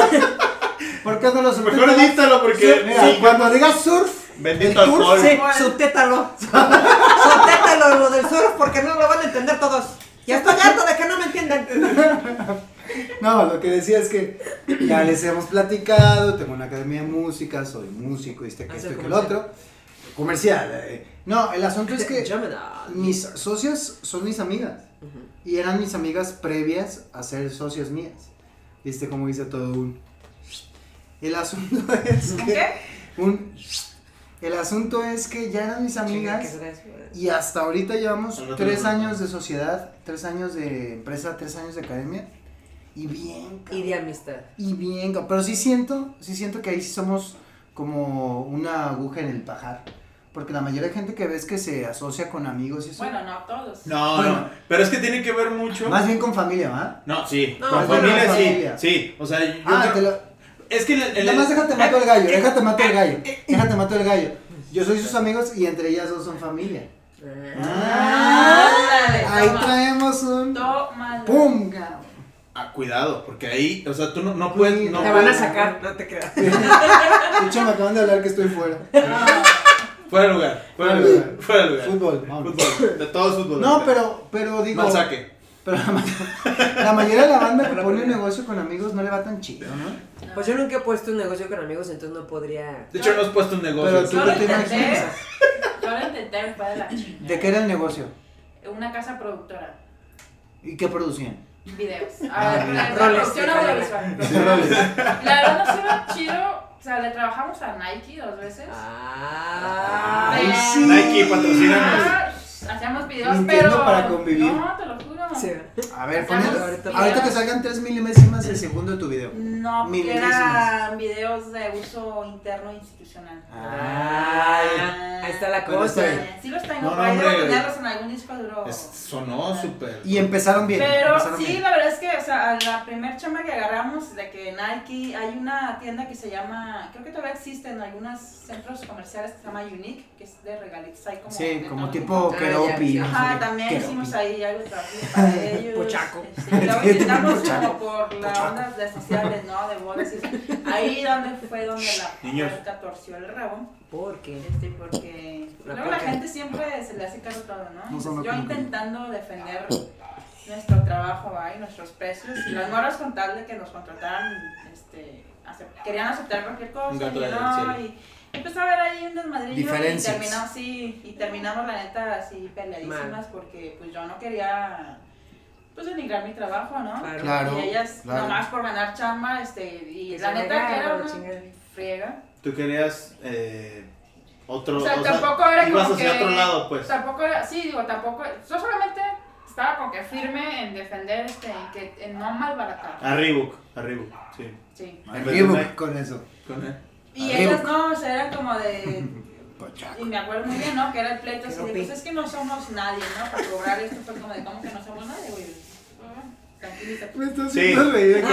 Speaker 1: ¿Por qué no lo
Speaker 6: Mejor
Speaker 1: subtítalo?
Speaker 6: edítalo porque.
Speaker 1: Mira, cuando digas surf,
Speaker 6: Bendito
Speaker 1: el tour
Speaker 6: alcohol.
Speaker 3: Sí, subtétalo. subtétalo lo del surf porque no lo van a entender todos. Ya estoy harto de que no me entiendan.
Speaker 1: No, lo que decía es que ya les hemos platicado, tengo una academia de música, soy músico, este, que
Speaker 3: Haz
Speaker 1: esto y
Speaker 3: Ah, el
Speaker 1: que el otro. Comercial. eh. No, el asunto
Speaker 3: Este,
Speaker 1: es que
Speaker 3: Llámela.
Speaker 1: mis socias son mis amigas
Speaker 3: Ujú.
Speaker 1: y eran mis amigas previas a ser socias mías. Viste cómo hice todo un... El asunto es
Speaker 4: ¿Con
Speaker 1: que...
Speaker 4: qué?
Speaker 1: Un... El asunto es que ya eran mis amigas y hasta ahorita llevamos
Speaker 2: Al rato
Speaker 1: tres
Speaker 2: lo-
Speaker 1: años de sociedad, tres años de empresa, tres años de academia y bien...
Speaker 3: Y
Speaker 1: cabrón.
Speaker 3: de amistad.
Speaker 1: Y bien, ca- pero sí siento, sí siento que ahí sí somos como una aguja en el pajar. Porque la mayoría de gente que ves que se asocia con amigos y eso.
Speaker 4: Bueno, no todos.
Speaker 2: No,
Speaker 1: Bueno.
Speaker 2: no, pero es que tiene que ver mucho.
Speaker 1: más bien con familia, ¿va?
Speaker 2: No, sí,
Speaker 3: No,
Speaker 2: con
Speaker 1: bueno,
Speaker 2: familia,
Speaker 1: con
Speaker 2: sí,
Speaker 1: familia.
Speaker 2: sí, o sea, yo
Speaker 1: Ah,
Speaker 2: creo-
Speaker 1: te lo,
Speaker 2: es que el, el-
Speaker 1: nada más déjate mato el gallo, déjate mato el gallo,
Speaker 2: eh,
Speaker 1: déjate mato el gallo. Yo soy sus amigos y entre ellas dos son familia.
Speaker 3: Ah.
Speaker 2: Ah.
Speaker 4: Ándale,
Speaker 1: ahí
Speaker 4: toma.
Speaker 1: traemos un
Speaker 4: Tómala.
Speaker 1: pum. cabrón.
Speaker 2: Ah, cuidado, porque ahí, o sea, tú no, no puedes, no
Speaker 1: Te
Speaker 3: Te
Speaker 1: van
Speaker 3: van
Speaker 1: a
Speaker 3: a
Speaker 2: puedes-
Speaker 1: sacar,
Speaker 3: sacar, no te creas.
Speaker 1: De hecho me acaban de hablar que estoy fuera.
Speaker 2: Fuera de lugar, fuera de
Speaker 1: Fuera de
Speaker 2: lugar, fuera de lugar.
Speaker 1: Fútbol, vamos.
Speaker 2: Fútbol, de todo es fútbol.
Speaker 1: No,
Speaker 2: ahorita.
Speaker 1: pero, pero digo.
Speaker 2: Mal saque.
Speaker 1: Pero la, ma- la mayoría de la banda que pone un negocio con amigos no le va tan chido, ¿no?
Speaker 3: Pues yo nunca he puesto un negocio con amigos, entonces no podría.
Speaker 2: De hecho, no has puesto un
Speaker 1: Pero
Speaker 2: negocio.
Speaker 1: tú
Speaker 4: Yo
Speaker 1: no
Speaker 4: lo
Speaker 1: te
Speaker 4: intenté.
Speaker 1: imaginas.
Speaker 4: Yo lo intenté, me fue de la chingada.
Speaker 1: ¿De qué era el negocio?
Speaker 4: Una casa productora.
Speaker 1: ¿Y qué producían?
Speaker 4: Videos.
Speaker 1: Ah,
Speaker 4: A ver, la- la
Speaker 3: roles,
Speaker 4: cuestión
Speaker 3: sí,
Speaker 4: audiovisual. La verdad no se iba chido. O sea, le trabajamos a Nike dos veces.
Speaker 3: Ah.
Speaker 4: Ay, sí.
Speaker 2: Nike, patrocínanos.
Speaker 4: Ah, hacíamos videos,
Speaker 1: Entiendo
Speaker 4: pero.
Speaker 1: para convivir.
Speaker 4: No, te lo juro.
Speaker 3: Sí.
Speaker 1: A ver,
Speaker 4: Estamos
Speaker 1: ponelo.
Speaker 3: ahorita-
Speaker 1: Ahorita que salgan 3 milésimas de segundo de tu video.
Speaker 4: No, porque
Speaker 1: Milenísimas.
Speaker 4: eran videos de uso interno institucional.
Speaker 1: Ah.
Speaker 3: Ah, ahí está la
Speaker 1: Pero
Speaker 3: cosa.
Speaker 1: está bien.
Speaker 4: Sí los tengo,
Speaker 2: No, no,
Speaker 4: por ahí debo
Speaker 2: hombre.
Speaker 4: tenerlos en algún disco duro.
Speaker 2: Es- sonó súper.
Speaker 1: Y empezaron bien.
Speaker 4: Pero
Speaker 1: empezaron
Speaker 4: sí,
Speaker 1: bien.
Speaker 4: la verdad es que, o sea, a la primer chama que agarramos de que Nike, hay una tienda que se llama, creo que todavía existe en algunos centros comerciales que se llama Unique, que es de regalitos, hay como...
Speaker 1: Sí,
Speaker 4: de
Speaker 1: como
Speaker 4: todo.
Speaker 1: tipo
Speaker 3: Ah,
Speaker 1: Keropi.
Speaker 3: ya,
Speaker 1: no
Speaker 3: ya.
Speaker 1: sé
Speaker 4: Ajá,
Speaker 1: qué.
Speaker 4: también
Speaker 1: Keropi.
Speaker 4: hicimos ahí algo de trabajo para ellos. este,
Speaker 3: Pochaco.
Speaker 4: Sí, y luego intentamos
Speaker 1: Pochaco.
Speaker 4: como por las
Speaker 1: Pochaco.
Speaker 4: ondas de sociales, ¿no? De bodas y eso. Ahí donde fue donde la
Speaker 2: Niños.
Speaker 4: puerta torció el rabo.
Speaker 3: Porque.
Speaker 4: Este, porque
Speaker 3: La
Speaker 4: luego la
Speaker 3: coca.
Speaker 4: gente siempre se le hace caso a todo, ¿no?
Speaker 1: No son la
Speaker 4: Entonces, yo
Speaker 1: coca.
Speaker 4: intentando defender nuestro trabajo ¿va? y nuestros precios, y las morras con tal de que nos contrataran, este, acep- querían aceptar cualquier
Speaker 2: Un
Speaker 4: cosa,
Speaker 2: gato
Speaker 4: y
Speaker 2: del
Speaker 4: no,
Speaker 2: cielo.
Speaker 4: y empezó a haber ahí un desmadrillo, y
Speaker 1: Diferencias.
Speaker 4: terminó así, y terminamos la neta así peleadísimas,
Speaker 3: Mal.
Speaker 4: porque pues yo no quería, pues, denigrar mi trabajo, ¿no?
Speaker 3: Claro.
Speaker 1: Claro.
Speaker 4: Y ellas,
Speaker 1: claro.
Speaker 4: nomás por ganar chamba, este, y la
Speaker 3: Se
Speaker 4: neta que era
Speaker 3: regalan,
Speaker 4: una
Speaker 3: chingada.
Speaker 4: friega.
Speaker 2: Tú querías eh, otro.
Speaker 4: O sea, tampoco era
Speaker 2: ibas
Speaker 4: como
Speaker 2: hacia
Speaker 4: que-
Speaker 2: otro lado, pues.
Speaker 4: Tampoco era, sí, digo, tampoco, yo solamente estaba como que firme en defender, este, en que en no
Speaker 1: Ah.
Speaker 4: malbaratar,
Speaker 2: A Reebok, a Reebok, sí.
Speaker 4: sí.
Speaker 1: En Facebook con eso.
Speaker 2: Con él.
Speaker 4: Y
Speaker 1: Ah,
Speaker 4: ellas
Speaker 1: digo-
Speaker 4: no, o sea, eran como de, y
Speaker 1: Pochaco.
Speaker 4: me acuerdo muy bien, ¿no? Que era el pleito así de,
Speaker 3: Rompí.
Speaker 4: pues es que no somos nadie, ¿no? Para cobrar esto fue como de, ¿cómo que no somos nadie, güey? Ah, Tranquilízate.
Speaker 1: Me estás
Speaker 2: Sí.
Speaker 1: haciendo reír.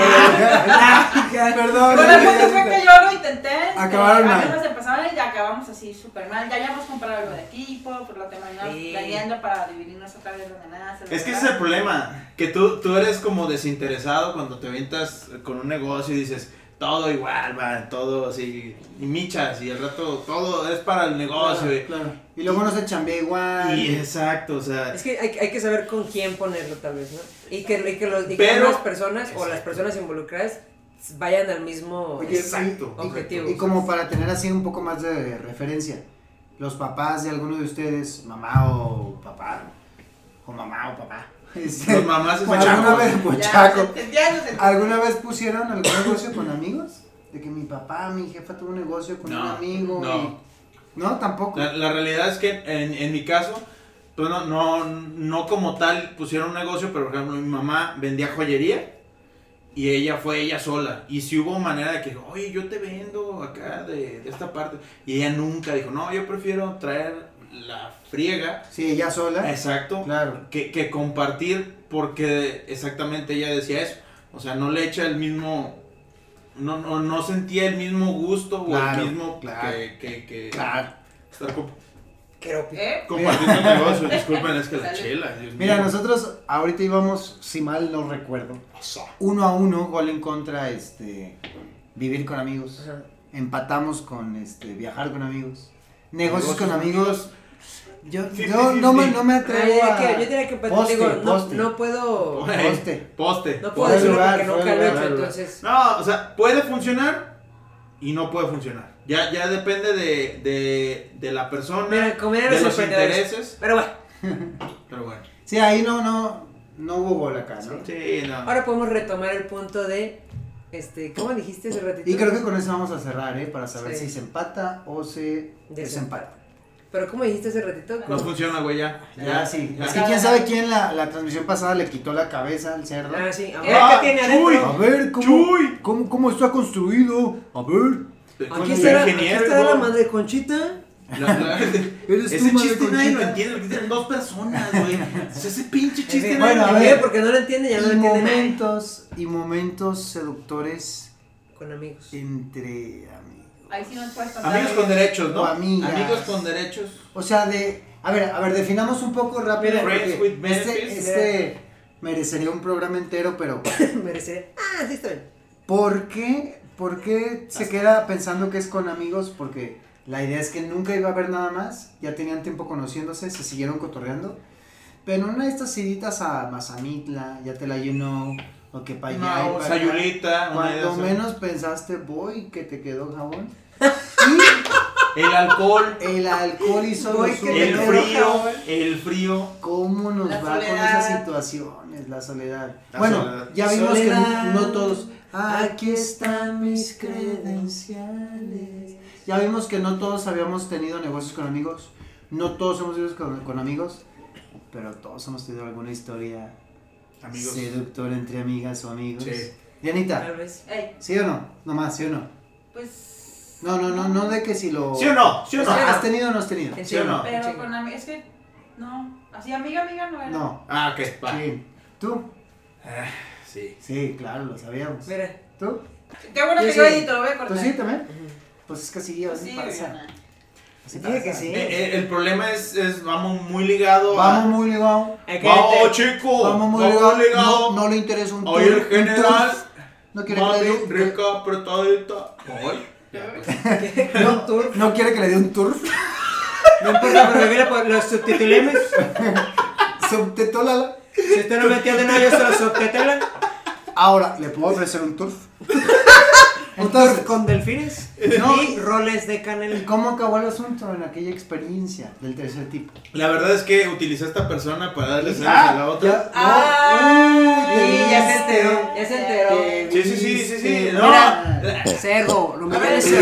Speaker 1: cabrón. Perdón.
Speaker 4: Bueno, el
Speaker 1: ya,
Speaker 4: punto
Speaker 1: ya, ya.
Speaker 4: fue que yo lo intenté. este,
Speaker 1: Acabaron mal.
Speaker 4: apenas empezaron y ya acabamos así súper mal. Ya habíamos comprado algo de equipo, por lo terminamos
Speaker 3: Sí.
Speaker 4: vendiendo para dividirnos otra vez las ganancias.
Speaker 2: Es que
Speaker 4: ¿verdad?
Speaker 2: ese es el problema, que tú, tú eres como desinteresado cuando te avientas con un negocio y dices, todo igual, va, todo así, y michas, y al rato todo es para el negocio. y-
Speaker 1: Claro. Y luego no se chambea igual.
Speaker 2: Y exacto, o sea,
Speaker 3: Es que hay, hay que saber con quién ponerlo tal vez, ¿no? Y que, y que los, y que
Speaker 2: Pero-
Speaker 3: ambas personas o las personas involucradas vayan al mismo
Speaker 1: Oye,
Speaker 2: Exacto.
Speaker 1: y- y-
Speaker 3: objetivo.
Speaker 1: Y como para tener así un poco más de referencia, los papás de alguno de ustedes, mamá o papá, o mamá o papá, este,
Speaker 2: Los mamás es
Speaker 1: ¿alguna,
Speaker 2: machaco.
Speaker 1: vez,
Speaker 4: Ya,
Speaker 1: muchaco.
Speaker 4: se- ya nos entendimos.
Speaker 1: ¿alguna vez pusieron algún negocio con amigos? De que mi papá, mi jefa tuvo un negocio con
Speaker 2: No,
Speaker 1: un amigo.
Speaker 2: no.
Speaker 1: y- No, tampoco.
Speaker 2: La, la realidad es que en, en mi caso, pues no, no, no como tal pusieron un negocio, pero por ejemplo mi mamá vendía joyería y ella fue ella sola. Y si hubo manera de que, oye, yo te vendo acá de, de esta parte. Y ella nunca dijo, no, yo prefiero traer la friega.
Speaker 1: Sí, ella sola.
Speaker 2: Exacto.
Speaker 1: Claro.
Speaker 2: que, que compartir porque exactamente ella decía eso. O sea, no le echa el mismo... No, no, no sentía el mismo gusto o
Speaker 1: Claro,
Speaker 2: el mismo
Speaker 1: claro.
Speaker 2: que, que, que
Speaker 1: Claro.
Speaker 2: estar comp-
Speaker 4: ¿Eh?
Speaker 2: compartiendo el negocio. Disculpen, es que la
Speaker 4: Sale.
Speaker 2: chela. Dios
Speaker 1: Mira,
Speaker 2: mío.
Speaker 1: nosotros ahorita íbamos, si mal no recuerdo, uno a uno, gol en contra, este, vivir con amigos.
Speaker 3: Ajá.
Speaker 1: Empatamos con, este, viajar con amigos. Negocios
Speaker 2: Negocios
Speaker 1: con
Speaker 2: con
Speaker 1: amigos. Yo,
Speaker 2: Sí,
Speaker 1: yo
Speaker 2: sí, sí,
Speaker 1: no, me,
Speaker 2: sí.
Speaker 1: no me
Speaker 3: Ah,
Speaker 1: atrevo
Speaker 3: yo
Speaker 1: a...
Speaker 3: diría que- yo diría que pues,
Speaker 1: Poste,
Speaker 3: digo, no-
Speaker 1: poste.
Speaker 3: no puedo
Speaker 2: Ey,
Speaker 1: Poste.
Speaker 2: Poste.
Speaker 3: No
Speaker 1: Por
Speaker 3: puedo
Speaker 1: el
Speaker 3: decirlo
Speaker 1: lugar,
Speaker 3: porque
Speaker 1: por
Speaker 3: nunca
Speaker 1: el
Speaker 3: lo he hecho,
Speaker 1: lugar.
Speaker 3: entonces.
Speaker 2: No, o sea, puede funcionar y no puede funcionar. Ya, ya depende de, de, de la persona,
Speaker 3: Mira, comer a
Speaker 2: de
Speaker 3: los
Speaker 2: los
Speaker 3: emprendedores.
Speaker 2: intereses.
Speaker 3: Pero bueno,
Speaker 2: Pero bueno.
Speaker 1: Sí, ahí no, no, no hubo gol acá, ¿no?
Speaker 2: Sí, no.
Speaker 3: ahora podemos retomar el punto de, este, ¿cómo dijiste ese ratito?
Speaker 1: Y creo que con eso vamos a cerrar, ¿eh? Para saber
Speaker 3: Sí.
Speaker 1: si se empata o se desempata.
Speaker 3: Pero ¿cómo dijiste ese ratito?
Speaker 2: no
Speaker 3: Como-
Speaker 2: funciona, güey, ya.
Speaker 1: Ya, sí.
Speaker 2: ya.
Speaker 1: Es que quién sabe quién la, la transmisión pasada le quitó la cabeza al cerdo.
Speaker 3: Ah, sí. A ver,
Speaker 2: Ah,
Speaker 3: ¿qué tiene
Speaker 2: uy.
Speaker 1: A
Speaker 3: adentro?
Speaker 1: ver, ¿cómo,
Speaker 2: Chuy.
Speaker 1: cómo, cómo está construido? A ver.
Speaker 2: Con
Speaker 3: Aquí
Speaker 2: el
Speaker 3: estará, aquí
Speaker 2: ingeniero,
Speaker 3: estará la
Speaker 2: güey.
Speaker 3: madre conchita.
Speaker 2: La- la-
Speaker 1: Eres
Speaker 2: ese
Speaker 1: tú, madre
Speaker 2: chiste nadie lo
Speaker 1: conchita.
Speaker 2: entiende, lo entienden dos personas, güey. O sea, ese pinche chiste
Speaker 1: Bueno,
Speaker 2: nadie
Speaker 1: a
Speaker 2: lo
Speaker 1: ver.
Speaker 3: Eh, porque no lo entiende, ya no lo
Speaker 1: Y
Speaker 3: entiende
Speaker 1: momentos, y momentos seductores
Speaker 3: Con amigos.
Speaker 1: entre amigos.
Speaker 4: Ahí sí nos puedes contar.
Speaker 2: Amigos con derechos,
Speaker 1: O
Speaker 2: ¿no?
Speaker 1: amigas.
Speaker 2: Amigos con derechos.
Speaker 1: O sea, de... A ver, a ver, definamos un poco rápido.
Speaker 2: Mira,
Speaker 1: porque
Speaker 2: Friends with
Speaker 1: este,
Speaker 2: benefits. eh.
Speaker 1: este merecería un programa entero, pero
Speaker 3: Merece. Ah, sí estoy.
Speaker 1: ¿por qué? ¿Por qué se queda pensando que es con amigos? Porque la idea es que nunca iba a haber nada más. Ya tenían tiempo conociéndose, se siguieron cotorreando. Pero en una de estas iditas a Mazamitla, ya te la you know, o que pa' allá y
Speaker 2: Una
Speaker 1: pa' acá.
Speaker 2: sayulita, una de
Speaker 1: Cuando
Speaker 2: esas.
Speaker 1: menos pensaste, voy, que te quedó jabón.
Speaker 2: El alcohol,
Speaker 1: Y el alcohol hizo
Speaker 3: Voy,
Speaker 1: lo
Speaker 3: que
Speaker 1: suyo.
Speaker 3: te
Speaker 2: el
Speaker 3: quedó
Speaker 2: frío, el frío.
Speaker 1: ¿Cómo nos
Speaker 4: La
Speaker 1: va con
Speaker 4: soledad.
Speaker 1: esas situaciones? La soledad.
Speaker 2: La
Speaker 1: bueno,
Speaker 2: soledad.
Speaker 1: ya vimos
Speaker 3: Soledad.
Speaker 1: que no todos. Aquí están mis credenciales. Ya vimos que no todos habíamos tenido negocios con amigos. No todos hemos ido con, con amigos. Pero todos hemos tenido alguna historia
Speaker 2: Amigos.
Speaker 1: seductora entre amigas o amigos.
Speaker 2: Sí.
Speaker 1: Dianita,
Speaker 3: Tal vez.
Speaker 4: Ey,
Speaker 1: ¿sí o no? Nomás, ¿sí o no?
Speaker 4: pues.
Speaker 1: No, no, no, no de que si lo.
Speaker 2: ¿Sí o no? ¿Sí o
Speaker 1: O
Speaker 2: no?
Speaker 1: sea, ¿Has tenido o no has tenido?
Speaker 3: En
Speaker 2: ¿Sí o no?
Speaker 3: en
Speaker 4: Pero
Speaker 3: chinga.
Speaker 4: con amigos. Es que. No. Así, amiga, amiga no era.
Speaker 1: No.
Speaker 2: Ah, que pa.
Speaker 1: ¿Quién? ¿Tú?
Speaker 2: Sí.
Speaker 1: Sí, claro, lo sabíamos.
Speaker 3: Mira.
Speaker 1: ¿Tú?
Speaker 4: Qué bueno
Speaker 3: Yo
Speaker 4: que
Speaker 3: sí.
Speaker 4: yo ahí te lo voy a
Speaker 1: ¿Tú
Speaker 4: cortar.
Speaker 1: Pues sí también?
Speaker 3: Ujú.
Speaker 1: Pues es que sí, así
Speaker 4: Sí,
Speaker 1: pasa.
Speaker 4: Viviana.
Speaker 1: Así
Speaker 3: Dije
Speaker 1: pasa.
Speaker 3: que sí.
Speaker 2: Eh, eh, el problema es, es, vamos muy ligado a-
Speaker 1: Vamos muy ligados.
Speaker 3: Hay que
Speaker 2: Vamos,
Speaker 3: meter-
Speaker 2: chico.
Speaker 1: Vamos muy ligados. No, no le interesa un
Speaker 2: Oh, Oye, el general.
Speaker 1: No quiere que
Speaker 2: Mami,
Speaker 1: le dé un
Speaker 2: rica, apretadita. Ay.
Speaker 1: No, no quiere que le dé un turf.
Speaker 3: No importa, pero mira, pues, los subtitulemos.
Speaker 1: Subtitúlala.
Speaker 3: Si usted no me entiende nada, yo se los subtitulo.
Speaker 1: Ahora, ¿le puedo ofrecer un turf? Entonces,
Speaker 3: Entonces, con delfines
Speaker 1: No.
Speaker 3: y roles de
Speaker 1: ¿y
Speaker 3: canela.
Speaker 1: cómo acabó el asunto en aquella experiencia del tercer tipo?
Speaker 2: La verdad es que utilicé a esta persona para darle celos a la otra.
Speaker 1: ya,
Speaker 3: Ah,
Speaker 1: no.
Speaker 3: y ya se enteró, ya se
Speaker 1: Te
Speaker 3: enteró.
Speaker 2: Sí, sí, sí, sí, sí.
Speaker 1: viste
Speaker 2: No,
Speaker 1: mal.
Speaker 2: la-
Speaker 3: Cerdo, lo
Speaker 2: A ver,
Speaker 3: es
Speaker 4: Sí,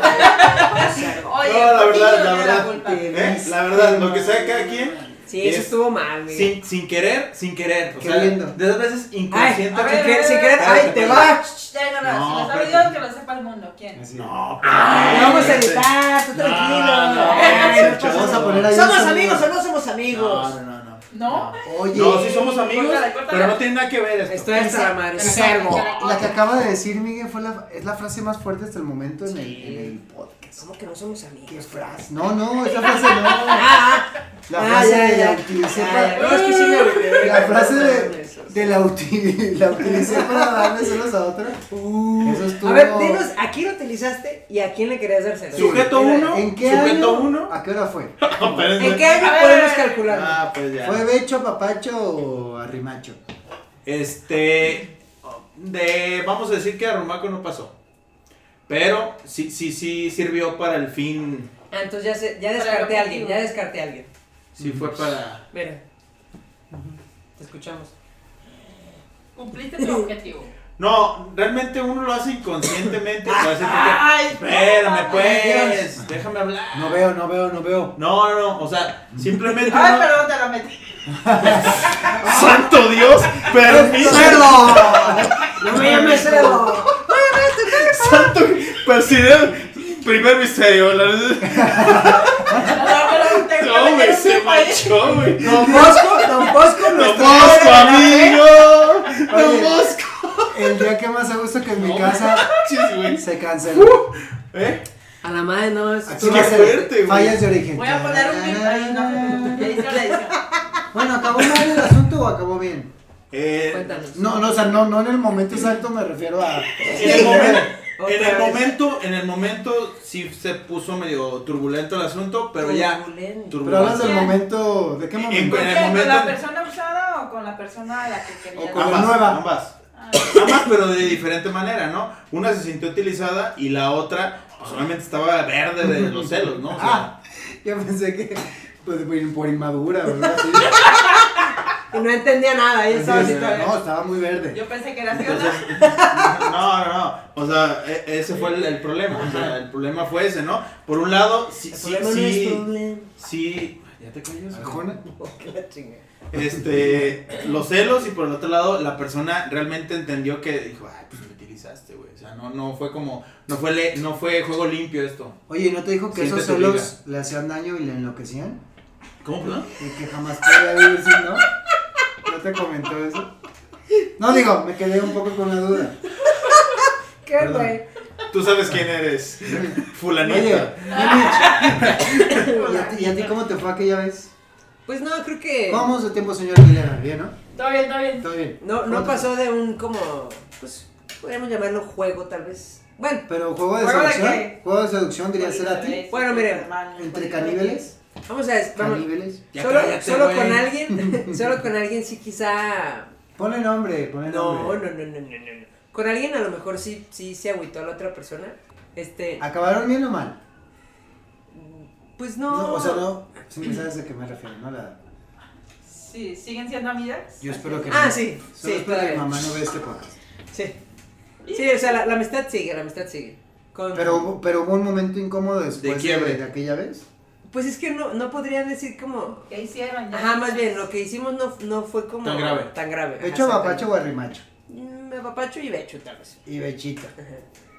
Speaker 4: ya. Oye,
Speaker 2: No, la
Speaker 4: el
Speaker 2: verdad,
Speaker 4: niño
Speaker 2: la
Speaker 4: tiene
Speaker 2: verdad.
Speaker 4: culpa.
Speaker 2: ¿eh? la verdad, lo que sea cada quien,
Speaker 3: Sí, eso
Speaker 2: Es-
Speaker 3: estuvo mal, güey.
Speaker 2: sin, sin querer, sin querer. O sea,
Speaker 1: Queriendo.
Speaker 2: de esas veces
Speaker 3: Ay,
Speaker 2: inconsciente.
Speaker 3: a
Speaker 4: ver,
Speaker 3: ver, si quieres, si quieres, ay, te va.
Speaker 4: Shh, ya, no, no,
Speaker 2: No,
Speaker 4: si lo sabe
Speaker 2: espérate.
Speaker 4: Dios, que lo sepa el mundo. ¿Quién?
Speaker 1: Así.
Speaker 2: No,
Speaker 3: Lo vamos a
Speaker 2: espérate.
Speaker 3: editar, tú
Speaker 2: No,
Speaker 3: tranquilo.
Speaker 2: no, no,
Speaker 3: Ay,
Speaker 2: se
Speaker 3: no
Speaker 2: echó.
Speaker 3: pasa
Speaker 1: Vamos a
Speaker 3: nada.
Speaker 1: poner ahí.
Speaker 3: ¿Somos
Speaker 1: un-
Speaker 3: amigos o no somos
Speaker 2: No,
Speaker 3: amigos?
Speaker 2: no, no, no.
Speaker 4: ¿No?
Speaker 1: Oye.
Speaker 2: No, sí somos amigos,
Speaker 4: Córtale, córtale.
Speaker 2: pero no tiene nada que ver esto.
Speaker 3: Estoy hasta la madre,
Speaker 4: Pero-
Speaker 3: cerdo.
Speaker 1: La que acaba de decir Miguel fue la, es la frase más fuerte hasta el momento en, el, en el podcast.
Speaker 3: ¿Cómo que no somos
Speaker 1: ¿Qué
Speaker 3: amigos?
Speaker 1: frase? No, no, esa frase no.
Speaker 3: Ah, ah,
Speaker 1: La
Speaker 3: ah,
Speaker 1: frase
Speaker 3: ya, ya.
Speaker 1: la utilicé
Speaker 3: Ah,
Speaker 1: para.
Speaker 3: ya. No, es que sí me-
Speaker 1: La frase de, de la, uti- la utilicé para darle celos a otra. Eso estuvo.
Speaker 3: Uh. A ver, dinos, ¿a quién lo utilizaste y a quién le querías dar celos?
Speaker 2: Sujeto
Speaker 3: Mira,
Speaker 2: uno.
Speaker 1: ¿En qué
Speaker 2: Sujeto
Speaker 1: año?
Speaker 2: uno.
Speaker 1: ¿A qué hora fue?
Speaker 3: ¿En qué año
Speaker 4: A ver,
Speaker 3: podemos
Speaker 4: a ver.
Speaker 3: calcular?
Speaker 2: Ah, pues ya.
Speaker 1: ¿Fue Becho, Papacho o Arrimacho?
Speaker 2: Este. de, vamos a decir que Arrumaco no pasó. Pero sí, sí, sí sirvió para el fin.
Speaker 3: Ah, entonces ya, se- ya
Speaker 4: Para el
Speaker 3: descarté a alguien,
Speaker 4: objetivo.
Speaker 3: ya descarté a alguien.
Speaker 2: Sí fue para...
Speaker 3: Mira. Te escuchamos.
Speaker 4: Cumpliste tu objetivo.
Speaker 2: No, realmente uno lo hace inconscientemente. lo hace porque-
Speaker 4: Ay,
Speaker 2: Espérame,
Speaker 4: no,
Speaker 2: pues. Déjame hablar.
Speaker 1: No veo, no veo, no veo.
Speaker 2: No, no, no. O sea, simplemente.
Speaker 4: Ay,
Speaker 2: uno-
Speaker 4: perdón, te lo metí.
Speaker 6: ¡Santo Dios! ¡Permíteme!
Speaker 3: ¡No me llames cerdo!
Speaker 6: ¡Santo! Persideo- Primer misterio, la verdad.
Speaker 4: Perdón, te lo
Speaker 6: No, güey,
Speaker 4: metí.
Speaker 6: se manchó, güey.
Speaker 1: Don Bosco, Don Bosco,
Speaker 6: ¡Don
Speaker 1: nuestro
Speaker 6: Bosco,
Speaker 1: héroe,
Speaker 6: amigo! ¡Don
Speaker 1: Oye.
Speaker 6: Bosco!
Speaker 1: El día que más a gusto que en mi
Speaker 6: No
Speaker 1: casa
Speaker 6: manches, güey.
Speaker 1: se canceló.
Speaker 6: ¿Eh?
Speaker 3: A la madre no es.
Speaker 1: Aquí va
Speaker 6: qué
Speaker 1: a ser
Speaker 6: fuerte, güey.
Speaker 1: fallas de origen.
Speaker 4: Voy a poner un pip ahí, no. Ya hice la edición.
Speaker 1: Bueno, ¿acabó mal el asunto o acabó bien?
Speaker 2: Eh,
Speaker 3: Cuéntanos.
Speaker 1: No, no, o sea, no, no en el momento exacto me refiero a.
Speaker 2: en, el momento,
Speaker 3: Otra
Speaker 2: en el
Speaker 3: vez.
Speaker 2: momento, en el momento sí se puso medio turbulento el asunto, pero ya.
Speaker 3: Turbulento.
Speaker 1: Pero hablas
Speaker 2: Turbulento.
Speaker 1: del momento. ¿De qué momento?
Speaker 4: ¿Con
Speaker 2: En el
Speaker 4: qué? ¿Con la
Speaker 2: momento-
Speaker 4: persona usada o con la persona a la que
Speaker 1: O
Speaker 4: querías?
Speaker 1: con la
Speaker 2: Ambas,
Speaker 1: nueva.
Speaker 2: ambas.
Speaker 4: Ah,
Speaker 2: Ambas, pero de diferente manera, ¿no? Una se sintió utilizada y la otra, pues obviamente estaba verde de los celos, ¿no? O sea,
Speaker 1: Ah, yo pensé que. Pues por- por inmadura, ¿verdad? Sí.
Speaker 3: Y no entendía nada, ella estaba
Speaker 1: Así
Speaker 3: así
Speaker 1: es,
Speaker 3: todavía.
Speaker 1: no, estaba muy verde.
Speaker 4: Yo pensé que era así,
Speaker 2: Entonces,
Speaker 4: ¿verdad?
Speaker 1: Ah.
Speaker 2: no, no, no. O sea, e- ese fue el, el problema. O sea, el problema fue ese, ¿no? Por un lado, sí,
Speaker 3: El
Speaker 2: sí,
Speaker 3: problema no es
Speaker 2: sí,
Speaker 3: problema.
Speaker 2: sí. Ya te callas.
Speaker 1: Arjona.
Speaker 3: Oh, qué la chinga.
Speaker 2: Este, los celos y por el otro lado, la persona realmente entendió que dijo, ay, pues me utilizaste, güey. O sea, no, no fue como, no fue, le- no fue juego limpio esto.
Speaker 1: Oye, ¿no te dijo que
Speaker 2: Siéntete
Speaker 1: esos solos le hacían daño y le enloquecían?
Speaker 2: ¿Cómo, perdón?
Speaker 1: Y que jamás podía vivir sin, ¿no? ¿No te comentó eso? No digo, me quedé un poco con la duda.
Speaker 3: ¿Qué,
Speaker 1: Perdón.
Speaker 3: güey?
Speaker 6: Tú sabes quién eres.
Speaker 1: Oye,
Speaker 6: Fulanita.
Speaker 1: Mimi, ¿y a ti- ¿y a ti cómo te fue aquella vez?
Speaker 3: Pues no, creo que.
Speaker 1: ¿Cómo vamos de tiempo, señor Aguilera? ¿Bien, no?
Speaker 4: Todo bien, todo bien.
Speaker 1: ¿Todo bien?
Speaker 3: No, no
Speaker 1: ¿Cuánto?
Speaker 3: pasó de un como. Pues podríamos llamarlo juego, tal vez. Bueno,
Speaker 1: Pero juego de
Speaker 4: ¿Juego de
Speaker 1: seducción.
Speaker 4: qué?
Speaker 1: Juego de seducción diría ser a
Speaker 4: Este,
Speaker 1: ti.
Speaker 3: Bueno, miren,
Speaker 4: pues,
Speaker 1: Entre caníbales.
Speaker 3: vamos a. des- Vamos,
Speaker 1: Caníbales.
Speaker 2: Ya
Speaker 3: solo
Speaker 2: cállate,
Speaker 3: solo
Speaker 2: güey.
Speaker 3: con alguien. solo con alguien sí, quizá.
Speaker 1: Ponle nombre, ponle
Speaker 3: No, no,
Speaker 1: nombre.
Speaker 3: no, no, no, no, no. Con alguien a lo mejor sí, sí se agüitó a la otra persona. Este.
Speaker 1: ¿Acabaron bien o mal?
Speaker 3: Pues no.
Speaker 1: o sea, no. Si me sabes a qué me refiero, ¿no? La-
Speaker 4: Sí, ¿siguen siendo amigas?
Speaker 1: Yo espero que.
Speaker 3: Ah,
Speaker 1: no.
Speaker 3: sí,
Speaker 1: Solo
Speaker 3: sí,
Speaker 1: espero que mi
Speaker 3: todavía.
Speaker 1: mamá no vea este podcast.
Speaker 3: Sí. Sí, o sea, la, la amistad sigue, la amistad sigue. Con-
Speaker 1: Pero, hubo- pero hubo un momento incómodo después de,
Speaker 2: quiebre.
Speaker 1: de aquella vez.
Speaker 3: Pues es que no, no podría decir como.
Speaker 4: ¿Qué hicieron? Ya.
Speaker 3: Ajá, más bien, lo que hicimos no, no fue como.
Speaker 2: Tan grave.
Speaker 3: Tan grave. ajá,
Speaker 1: Pecho,
Speaker 3: exactamente.
Speaker 1: papacho o arrimacho.
Speaker 3: Mm, Apapacho y becho, tal vez.
Speaker 1: Y bechita.
Speaker 3: Ajá.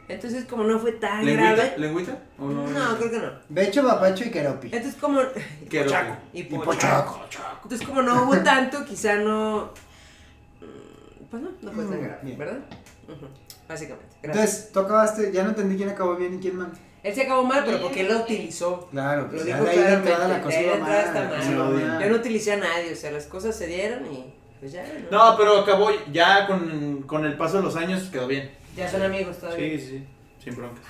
Speaker 3: Entonces, como no fue tan
Speaker 2: ¿Lengüita?
Speaker 3: grave.
Speaker 2: ¿Lengüita? ¿O
Speaker 3: No, creo que no.
Speaker 1: Becho, papacho y queropi.
Speaker 3: Entonces, como.
Speaker 2: Qué
Speaker 3: Pochaco.
Speaker 2: loco.
Speaker 3: Y
Speaker 1: Y
Speaker 3: pochaco.
Speaker 1: pochaco.
Speaker 3: Entonces, como no hubo tanto, quizá no. mm, Pues no, no fue tan
Speaker 1: Mm,
Speaker 3: grave,
Speaker 1: bien.
Speaker 3: ¿verdad? Ujú, Básicamente. Gracias.
Speaker 1: Entonces, tú acabaste. Ya no entendí quién acabó bien y quién mal.
Speaker 3: Él se acabó mal, pero porque él lo utilizó.
Speaker 1: Claro,
Speaker 3: Lo
Speaker 1: pues ya
Speaker 3: dijo
Speaker 1: de ahí de
Speaker 3: claramente,
Speaker 1: entrada la
Speaker 3: de
Speaker 1: cosa
Speaker 3: ahí de
Speaker 1: iba
Speaker 3: entrada está
Speaker 1: mal. la cosa
Speaker 6: mal.
Speaker 1: iba
Speaker 6: No,
Speaker 1: mal.
Speaker 3: Yo no utilicé a nadie, o sea, las cosas se dieron y. Pues ya, ¿no?
Speaker 2: No, pero acabó ya con, con el paso de los años quedó bien.
Speaker 3: Ya son amigos todavía.
Speaker 2: Sí, sí, sí, sin broncas.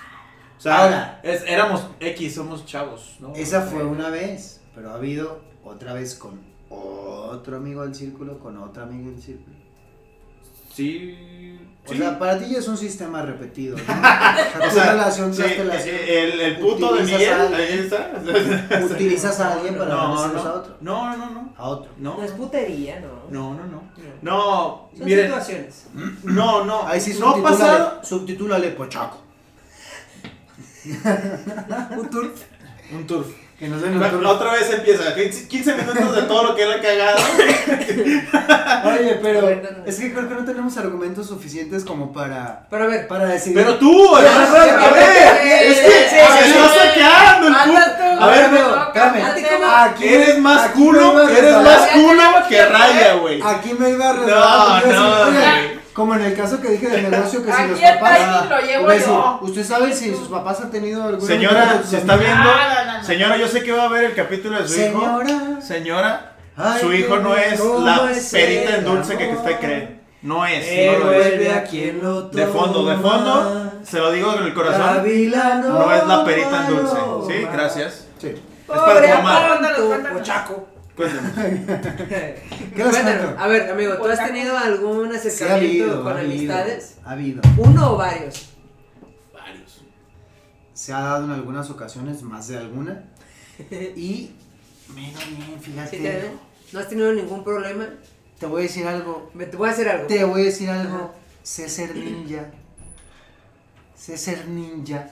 Speaker 2: O sea,
Speaker 1: Ahora.
Speaker 2: es- éramos X, somos chavos, ¿no?
Speaker 1: Esa fue una vez, pero ha habido otra vez con otro amigo del círculo, con otro amigo del círculo.
Speaker 2: Sí.
Speaker 1: O
Speaker 2: sí.
Speaker 1: sea, para ti ya es un sistema repetido. ¿no? O sea, tu
Speaker 6: O sea,
Speaker 1: relación
Speaker 6: sí,
Speaker 1: tras
Speaker 2: eh,
Speaker 1: relación.
Speaker 6: el, el puto de
Speaker 1: Utilizas
Speaker 6: Miguel.
Speaker 1: a alguien.
Speaker 6: Ahí está.
Speaker 1: Utilizas a alguien para
Speaker 2: no, no,
Speaker 1: dárselos
Speaker 2: no,
Speaker 1: a otro.
Speaker 2: no, no, no,
Speaker 1: A otro.
Speaker 2: no,
Speaker 3: No es putería, ¿no?
Speaker 2: no, no, no,
Speaker 3: Pues, No.
Speaker 2: no,
Speaker 3: Son
Speaker 2: miren,
Speaker 3: situaciones.
Speaker 2: no, no,
Speaker 1: Ahí sí
Speaker 2: no ha
Speaker 1: subtitúlale,
Speaker 2: pasado,
Speaker 1: subtitúlale Pochaco.
Speaker 3: Un tour.
Speaker 2: un tour,
Speaker 1: Que nos den un
Speaker 6: La-
Speaker 1: tour.
Speaker 6: la otra vez empieza. 15 15 minutos de todo lo que él ha cagado.
Speaker 1: Oye, pero
Speaker 3: Perdón.
Speaker 1: es que creo que no tenemos argumentos suficientes como para,
Speaker 3: Pero a ver,
Speaker 1: para decir.
Speaker 2: pero tú, hermano, a ver, es
Speaker 3: es
Speaker 2: que me está sacando el
Speaker 4: Anda
Speaker 2: culo,
Speaker 4: tú.
Speaker 2: A ver,
Speaker 1: pero,
Speaker 4: loca,
Speaker 1: espérame.
Speaker 4: anda tú.
Speaker 1: Aquí,
Speaker 2: eres más
Speaker 1: aquí me iba
Speaker 2: culo,
Speaker 1: a
Speaker 2: eres
Speaker 1: resbalar.
Speaker 2: más culo que raya, güey,
Speaker 1: Aquí me iba a
Speaker 2: No,
Speaker 1: resbalar. porque iba a
Speaker 2: no,
Speaker 1: decir,
Speaker 2: güey.
Speaker 1: "Oiga, Como en el caso que dije del negocio que si
Speaker 4: Aquí
Speaker 1: los
Speaker 4: el
Speaker 1: papás.
Speaker 4: timing lo llevo
Speaker 1: iba a decir,
Speaker 4: yo.
Speaker 1: Usted sabe si sus papás han tenido algún
Speaker 6: Señora, se está viendo.
Speaker 4: Ah, no, no, no.
Speaker 6: Señora, yo sé que va a ver el capítulo de su hijo.
Speaker 1: Señora.
Speaker 6: Señora,
Speaker 1: ay,
Speaker 6: su hijo no es
Speaker 1: ¿cómo
Speaker 6: la
Speaker 1: es
Speaker 6: perita
Speaker 1: el
Speaker 6: en dulce que
Speaker 1: amor?
Speaker 6: usted cree. No es.
Speaker 1: Que
Speaker 6: no lo es.
Speaker 1: vuelve a quien lo
Speaker 6: De fondo, de fondo.
Speaker 1: toma.
Speaker 6: Se lo digo en el corazón.
Speaker 1: Gavilano
Speaker 6: No es la perita en dulce. Sí,
Speaker 1: paloma.
Speaker 6: gracias.
Speaker 1: Sí.
Speaker 6: para tu mamá.
Speaker 4: Apolo, ándale,
Speaker 3: tu
Speaker 4: cuéntanos.
Speaker 3: pochaco.
Speaker 7: Cuéntanos.
Speaker 1: ¿Qué les
Speaker 3: Cuéntanos,
Speaker 1: cuento?
Speaker 3: a ver, amigo, ¿tú has
Speaker 6: Otaku.
Speaker 3: tenido algún
Speaker 1: Sí, ha
Speaker 3: acercamiento
Speaker 1: habido,
Speaker 3: con
Speaker 1: ha habido,
Speaker 3: amistades?
Speaker 1: ha habido.
Speaker 3: ¿Uno o varios?
Speaker 7: Varios.
Speaker 1: Se ha dado en algunas ocasiones, más de alguna. Y me he ido bien, fíjate.
Speaker 3: ¿Sí te- ¿No has tenido ningún problema?
Speaker 1: Te voy a decir algo.
Speaker 3: Me, te voy a hacer algo.
Speaker 1: Te voy a decir algo.
Speaker 3: Ajá.
Speaker 1: Sé ser ninja. Sé ser ninja.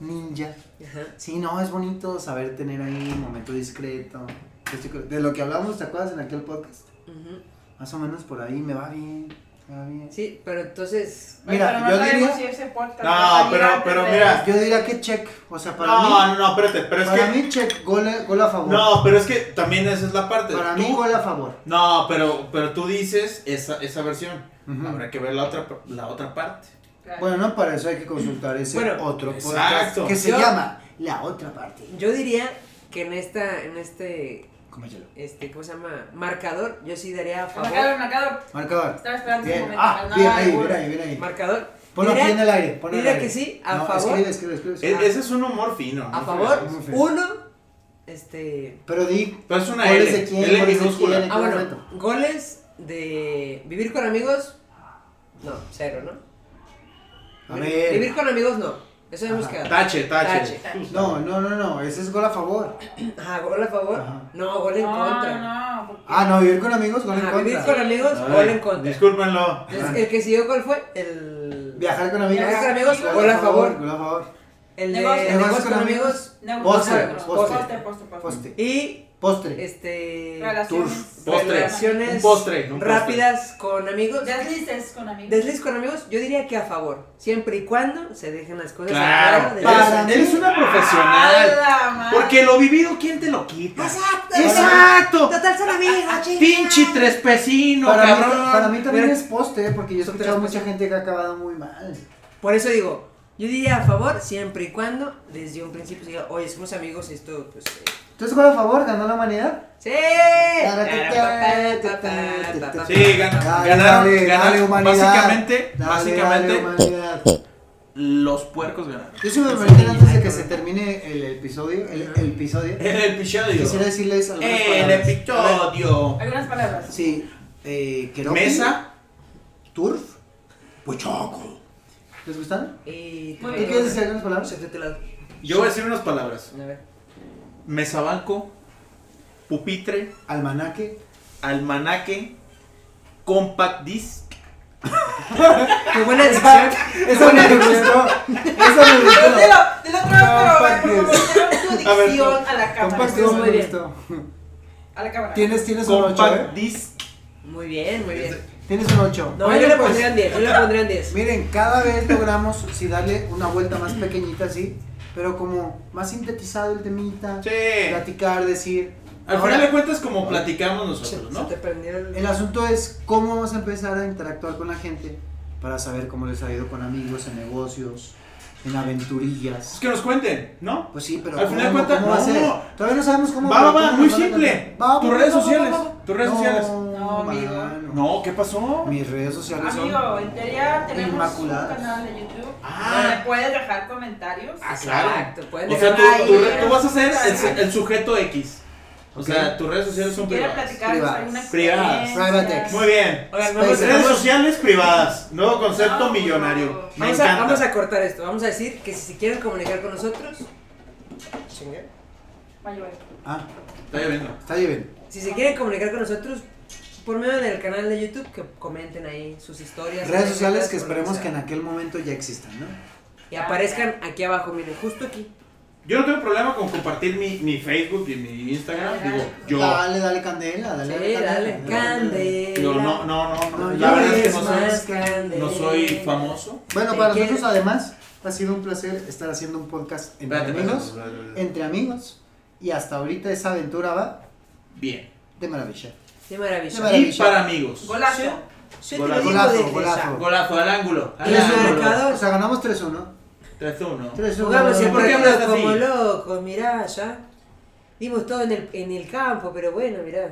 Speaker 1: Ninja.
Speaker 3: Ajá.
Speaker 1: Sí, no, es bonito saber tener ahí un momento discreto. Esto que- De lo que hablamos, ¿te acuerdas en aquel podcast?
Speaker 3: Ujú.
Speaker 1: Más o menos por ahí, me va bien. Me va bien.
Speaker 3: Sí, pero entonces...
Speaker 1: Mira,
Speaker 6: Pero no
Speaker 1: yo diría-
Speaker 6: sabemos si ese podcast
Speaker 2: No,
Speaker 6: va a salir
Speaker 2: pero-
Speaker 6: antes
Speaker 2: pero
Speaker 6: de-
Speaker 2: mira,
Speaker 1: Yo diría que check. O sea, para
Speaker 2: no,
Speaker 1: mí.
Speaker 2: no, no, espérate, pero es
Speaker 1: para
Speaker 2: que.
Speaker 1: mí, check. Gol, gol a favor.
Speaker 2: No, pero es que también esa es la parte.
Speaker 1: para
Speaker 2: Tú-
Speaker 1: mí, gol a favor.
Speaker 2: No, pero, pero tú dices esa, esa versión.
Speaker 1: Ujú.
Speaker 2: Habrá que ver la otra, la otra parte.
Speaker 6: Claro.
Speaker 1: Bueno, no, para eso hay que consultar ese
Speaker 3: Bueno,
Speaker 1: otro podcast
Speaker 2: exacto.
Speaker 1: que se
Speaker 3: Yo-
Speaker 1: llama La Otra Parte.
Speaker 3: Yo diría que en esta, en este,
Speaker 1: Cómetelo.
Speaker 3: este, ¿cómo se llama? Marcador, yo sí daría a
Speaker 6: Marcador,
Speaker 3: favor.
Speaker 6: marcador.
Speaker 1: Marcador.
Speaker 6: Estaba esperando ese
Speaker 1: Bien.
Speaker 6: momento.
Speaker 1: Ah,
Speaker 6: No,
Speaker 1: bien ahí,
Speaker 6: seguro.
Speaker 1: bien ahí, bien ahí.
Speaker 3: Marcador.
Speaker 1: Ponlo
Speaker 3: Diría-
Speaker 1: aquí en el aire. Ponlo en el
Speaker 3: diría
Speaker 1: aire.
Speaker 3: que sí, a
Speaker 1: No,
Speaker 3: favor.
Speaker 1: Escribe, escribe, escribe.
Speaker 2: E- ese es un humor fino.
Speaker 3: A
Speaker 2: ¿no?
Speaker 3: favor,
Speaker 1: muy feo.
Speaker 3: uno, este...
Speaker 1: Pero di.
Speaker 2: Pero es una
Speaker 1: ¿Cuáles
Speaker 2: L.
Speaker 1: de quién?
Speaker 2: L
Speaker 1: ¿Cuáles de
Speaker 2: minúscula.
Speaker 1: quién?
Speaker 3: Ah, bueno,
Speaker 1: momento.
Speaker 3: goles de vivir con amigos, no, cero, ¿no?
Speaker 1: A ver.
Speaker 3: Vivir con amigos, no, eso ya hemos
Speaker 1: Ajá.
Speaker 3: quedado.
Speaker 2: Tache, tache.
Speaker 1: No, no, no, no. Ese es gol a favor.
Speaker 3: Ajá, gol a favor,
Speaker 1: Ajá.
Speaker 3: no, gol en contra.
Speaker 6: No, no, porque-
Speaker 1: Ah, no, vivir con amigos, gol en
Speaker 3: Ajá, vivir
Speaker 1: contra.
Speaker 3: con amigos,
Speaker 2: Ay,
Speaker 3: gol en contra.
Speaker 2: Discúlpenlo.
Speaker 3: Entonces, el que siguió, ¿cuál fue? El...
Speaker 1: Viajar con amigos.
Speaker 3: Viajar con amigos, gol a favor.
Speaker 1: Gol a favor.
Speaker 3: El de
Speaker 6: Negocios.
Speaker 3: negocios con amigos.
Speaker 6: Negocio.
Speaker 1: Postre,
Speaker 6: Postre, postre, postre.
Speaker 1: Poste.
Speaker 3: Y,
Speaker 1: Postre.
Speaker 3: este...
Speaker 6: Relaciones.
Speaker 2: Turf. Postre.
Speaker 3: Relaciones
Speaker 2: Un postre, un postre.
Speaker 3: rápidas con amigos.
Speaker 6: Deslices con amigos.
Speaker 3: Desliz con amigos, yo diría que a favor. Siempre y cuando se dejen las cosas
Speaker 2: Claro.
Speaker 3: claro.
Speaker 1: Para
Speaker 2: Eres,
Speaker 1: mí.
Speaker 2: eres una profesional.
Speaker 6: ¡A la madre!
Speaker 2: Porque lo vivido, ¿quién te lo quita?
Speaker 3: Exacto.
Speaker 2: Exacto. Ah,
Speaker 3: Total son amigos, chicos.
Speaker 2: Pinche trespecino,
Speaker 1: Para mí,
Speaker 2: cabrón.
Speaker 1: para mí también
Speaker 3: Pero-
Speaker 1: es poste, porque yo he
Speaker 3: Son
Speaker 1: escuchado
Speaker 3: tres
Speaker 1: mucha gente que ha acabado muy mal.
Speaker 3: Por eso digo, yo diría a favor siempre y cuando desde un principio se diga, oye, somos amigos, esto pues... eh,
Speaker 1: Entonces, gol a favor, ganó la humanidad.
Speaker 3: ¡Sí! Eh,
Speaker 2: Sí, gana-
Speaker 1: Dale,
Speaker 2: ganaron,
Speaker 1: dale,
Speaker 2: ganaron.
Speaker 1: dale, humanidad.
Speaker 2: básicamente,
Speaker 1: Dale,
Speaker 2: básicamente,
Speaker 1: dale, humanidad.
Speaker 2: los puercos ganaron.
Speaker 1: Yo sí me permiten antes de que se termine el episodio, el, el episodio,
Speaker 2: Eh, El episodio.
Speaker 1: quisiera decirles algunas
Speaker 2: Eh, El
Speaker 1: palabras.
Speaker 2: episodio.
Speaker 6: Algunas palabras.
Speaker 1: Sí, eh, Keropi,
Speaker 2: Mesa.
Speaker 1: Turf, Pochoco. ¿Les gustan?
Speaker 3: Y...
Speaker 6: Muy
Speaker 1: ¿Tú
Speaker 6: bien.
Speaker 1: quieres decir algunas palabras?
Speaker 3: Se te la-
Speaker 2: Yo voy a decir unas palabras.
Speaker 3: A ver.
Speaker 2: Mesabanco, pupitre,
Speaker 1: Almanaque,
Speaker 2: almanaque, compact disc.
Speaker 3: ¡Qué buena dicción!
Speaker 1: Eso me gustó. Eso me
Speaker 6: Pero
Speaker 1: gustó.
Speaker 6: dilo, dilo otra vez, pero por
Speaker 1: Compartes.
Speaker 6: favor, dilo tu
Speaker 2: A ver,
Speaker 6: dicción a la cámara.
Speaker 1: Compacto,
Speaker 6: Estuvo
Speaker 1: eso
Speaker 6: muy
Speaker 1: me
Speaker 6: bien.
Speaker 1: gustó.
Speaker 6: A la cámara.
Speaker 1: Tienes, tienes un 8,
Speaker 2: Compact
Speaker 1: ¿eh?
Speaker 2: disc.
Speaker 3: Muy bien, muy bien.
Speaker 1: Tienes un 8.
Speaker 3: No, yo le pondría un 10, yo le pondría un 10.
Speaker 1: Miren, cada vez logramos si darle una vuelta más pequeñita así, pero como más sintetizado el temita,
Speaker 2: Sí.
Speaker 1: platicar, decir.
Speaker 2: Al
Speaker 1: Ahora,
Speaker 2: final de cuentas, como platicamos nosotros,
Speaker 3: Se
Speaker 2: ¿no?
Speaker 3: te prendió el...
Speaker 1: el asunto es cómo vamos a empezar a interactuar con la gente para saber cómo les ha ido con amigos, en negocios, en
Speaker 2: Es
Speaker 1: aventurillas.
Speaker 2: que nos cuenten, ¿no?
Speaker 1: Pues sí, pero
Speaker 2: Al
Speaker 1: ¿cómo,
Speaker 2: final de cuentas,
Speaker 1: cómo va a
Speaker 2: no.
Speaker 1: ser? Todavía no sabemos cómo
Speaker 2: Va, va,
Speaker 1: pero
Speaker 2: va,
Speaker 1: ¿cómo
Speaker 2: muy
Speaker 1: nos van a
Speaker 2: simple.
Speaker 1: contar? Va, va,
Speaker 2: Tus
Speaker 1: va,
Speaker 2: redes
Speaker 1: va, va,
Speaker 2: sociales,
Speaker 1: va, va.
Speaker 2: tus redes
Speaker 1: No,
Speaker 2: sociales.
Speaker 1: No,
Speaker 6: amigo.
Speaker 1: mano.
Speaker 2: No, ¿qué pasó?
Speaker 1: Mis redes sociales son.
Speaker 6: Amigo, en teoría tenemos
Speaker 1: Inmaculadas.
Speaker 6: un canal de YouTube
Speaker 2: Ah.
Speaker 6: donde puedes dejar comentarios.
Speaker 2: Ah,
Speaker 3: Exacto, pueden
Speaker 2: O sea, tú,
Speaker 3: dejar
Speaker 2: tú-
Speaker 3: ahí.
Speaker 2: tú vas a ser el, el sujeto X. O
Speaker 1: Ok.
Speaker 2: sea, tus redes sociales
Speaker 6: Si
Speaker 2: son
Speaker 6: quieren
Speaker 2: privadas.
Speaker 6: platicarnos
Speaker 1: Privadas.
Speaker 6: alguna
Speaker 2: Privadas.
Speaker 6: experiencia.
Speaker 1: Private text.
Speaker 2: Muy bien.
Speaker 3: Oigan,
Speaker 1: Space
Speaker 3: vamos,
Speaker 1: Pero
Speaker 2: Redes
Speaker 3: vamos-
Speaker 2: sociales privadas. Nuevo concepto
Speaker 6: No,
Speaker 2: millonario. Me
Speaker 3: vamos a,
Speaker 2: encanta.
Speaker 3: vamos a cortar esto. Vamos a decir que si se quieren comunicar con nosotros, chingue,
Speaker 6: Va a llover.
Speaker 1: Ah,
Speaker 2: Está lloviendo.
Speaker 1: está bien.
Speaker 3: si se quieren comunicar con nosotros por medio del canal de YouTube, que comenten ahí sus historias.
Speaker 1: Redes
Speaker 3: anécdotas,
Speaker 1: sociales que
Speaker 3: por lo
Speaker 1: esperemos
Speaker 3: sea.
Speaker 1: que en aquel momento ya existan, ¿no?
Speaker 3: Y aparezcan aquí abajo, miren, justo aquí.
Speaker 2: Yo no tengo problema con compartir mi, mi Facebook y mi Instagram. Digo, yo.
Speaker 1: Dale, dale candela, dale.
Speaker 3: Sí, dale, candela.
Speaker 2: Digo, no, no, no, no.
Speaker 1: No,
Speaker 2: La
Speaker 1: yo
Speaker 2: verdad es que
Speaker 1: es
Speaker 2: no
Speaker 1: más
Speaker 2: soy, no soy famoso.
Speaker 1: Bueno,
Speaker 3: Te
Speaker 1: para
Speaker 3: quiero.
Speaker 1: nosotros además ha sido un placer estar haciendo un podcast entre
Speaker 2: Espérate,
Speaker 1: amigos,
Speaker 2: espérate, espérate, espérate.
Speaker 1: entre amigos, y hasta ahorita esa aventura va
Speaker 2: Bien.
Speaker 1: de maravilla.
Speaker 3: Qué maravilla.
Speaker 1: Qué
Speaker 2: Y
Speaker 1: maravilla.
Speaker 2: para amigos.
Speaker 6: Golazo.
Speaker 3: Yo te lo
Speaker 2: Golazo,
Speaker 3: digo
Speaker 1: golazo,
Speaker 3: desde
Speaker 1: golazo.
Speaker 3: ya.
Speaker 2: Golazo al ángulo.
Speaker 3: Y
Speaker 2: Al
Speaker 3: el
Speaker 2: ángulo.
Speaker 3: marcador.
Speaker 1: O sea, ganamos 3-1.
Speaker 2: 3-1.
Speaker 1: 3-1.
Speaker 2: ¿por
Speaker 3: Jugamos
Speaker 2: qué
Speaker 3: siempre
Speaker 2: hablas así?
Speaker 3: como locos, mirá, ya. Dimos todo en el, en el campo, pero bueno, mirá.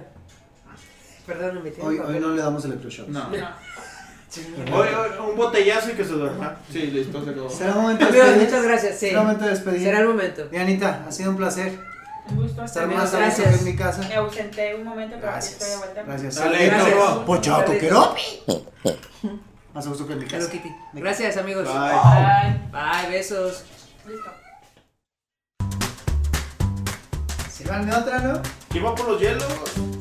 Speaker 3: Perdón, no me tengo
Speaker 1: Hoy,
Speaker 3: papel.
Speaker 1: hoy no le damos electroshock.
Speaker 2: No.
Speaker 6: No.
Speaker 2: Hoy, hoy, un botellazo y que se duerma. Sí, listo, se acabó.
Speaker 1: Será momento de
Speaker 3: Amigos,
Speaker 1: despedir.
Speaker 3: muchas gracias, sí.
Speaker 1: Será momento de despedir.
Speaker 3: Será el momento.
Speaker 1: Dianita, ha sido un placer.
Speaker 4: Un gusto
Speaker 1: Estar
Speaker 4: tenerlos.
Speaker 1: más a
Speaker 3: Gracias.
Speaker 1: gusto que en mi casa.
Speaker 4: Me ausenté un momento, pero aquí estoy de
Speaker 1: Gracias.
Speaker 4: vuelta.
Speaker 1: Gracias.
Speaker 2: Dale,
Speaker 1: Saludito.
Speaker 3: Héctor.
Speaker 1: Pochato,
Speaker 3: Dale.
Speaker 1: ¿queró? Más a gusto que en mi
Speaker 3: Hello
Speaker 1: casa.
Speaker 3: Kitty. Gracias, amigos.
Speaker 2: Bye.
Speaker 4: Bye.
Speaker 3: Bye, besos.
Speaker 4: Listo.
Speaker 1: ¿Se van de otra, no?
Speaker 2: ¿Quién va por los hielos?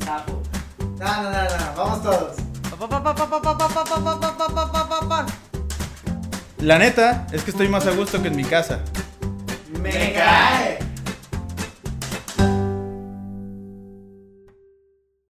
Speaker 4: Sapo.
Speaker 1: No, no, no, no. Vamos todos.
Speaker 2: La neta es que estoy más a gusto que en mi casa.
Speaker 1: Me cae.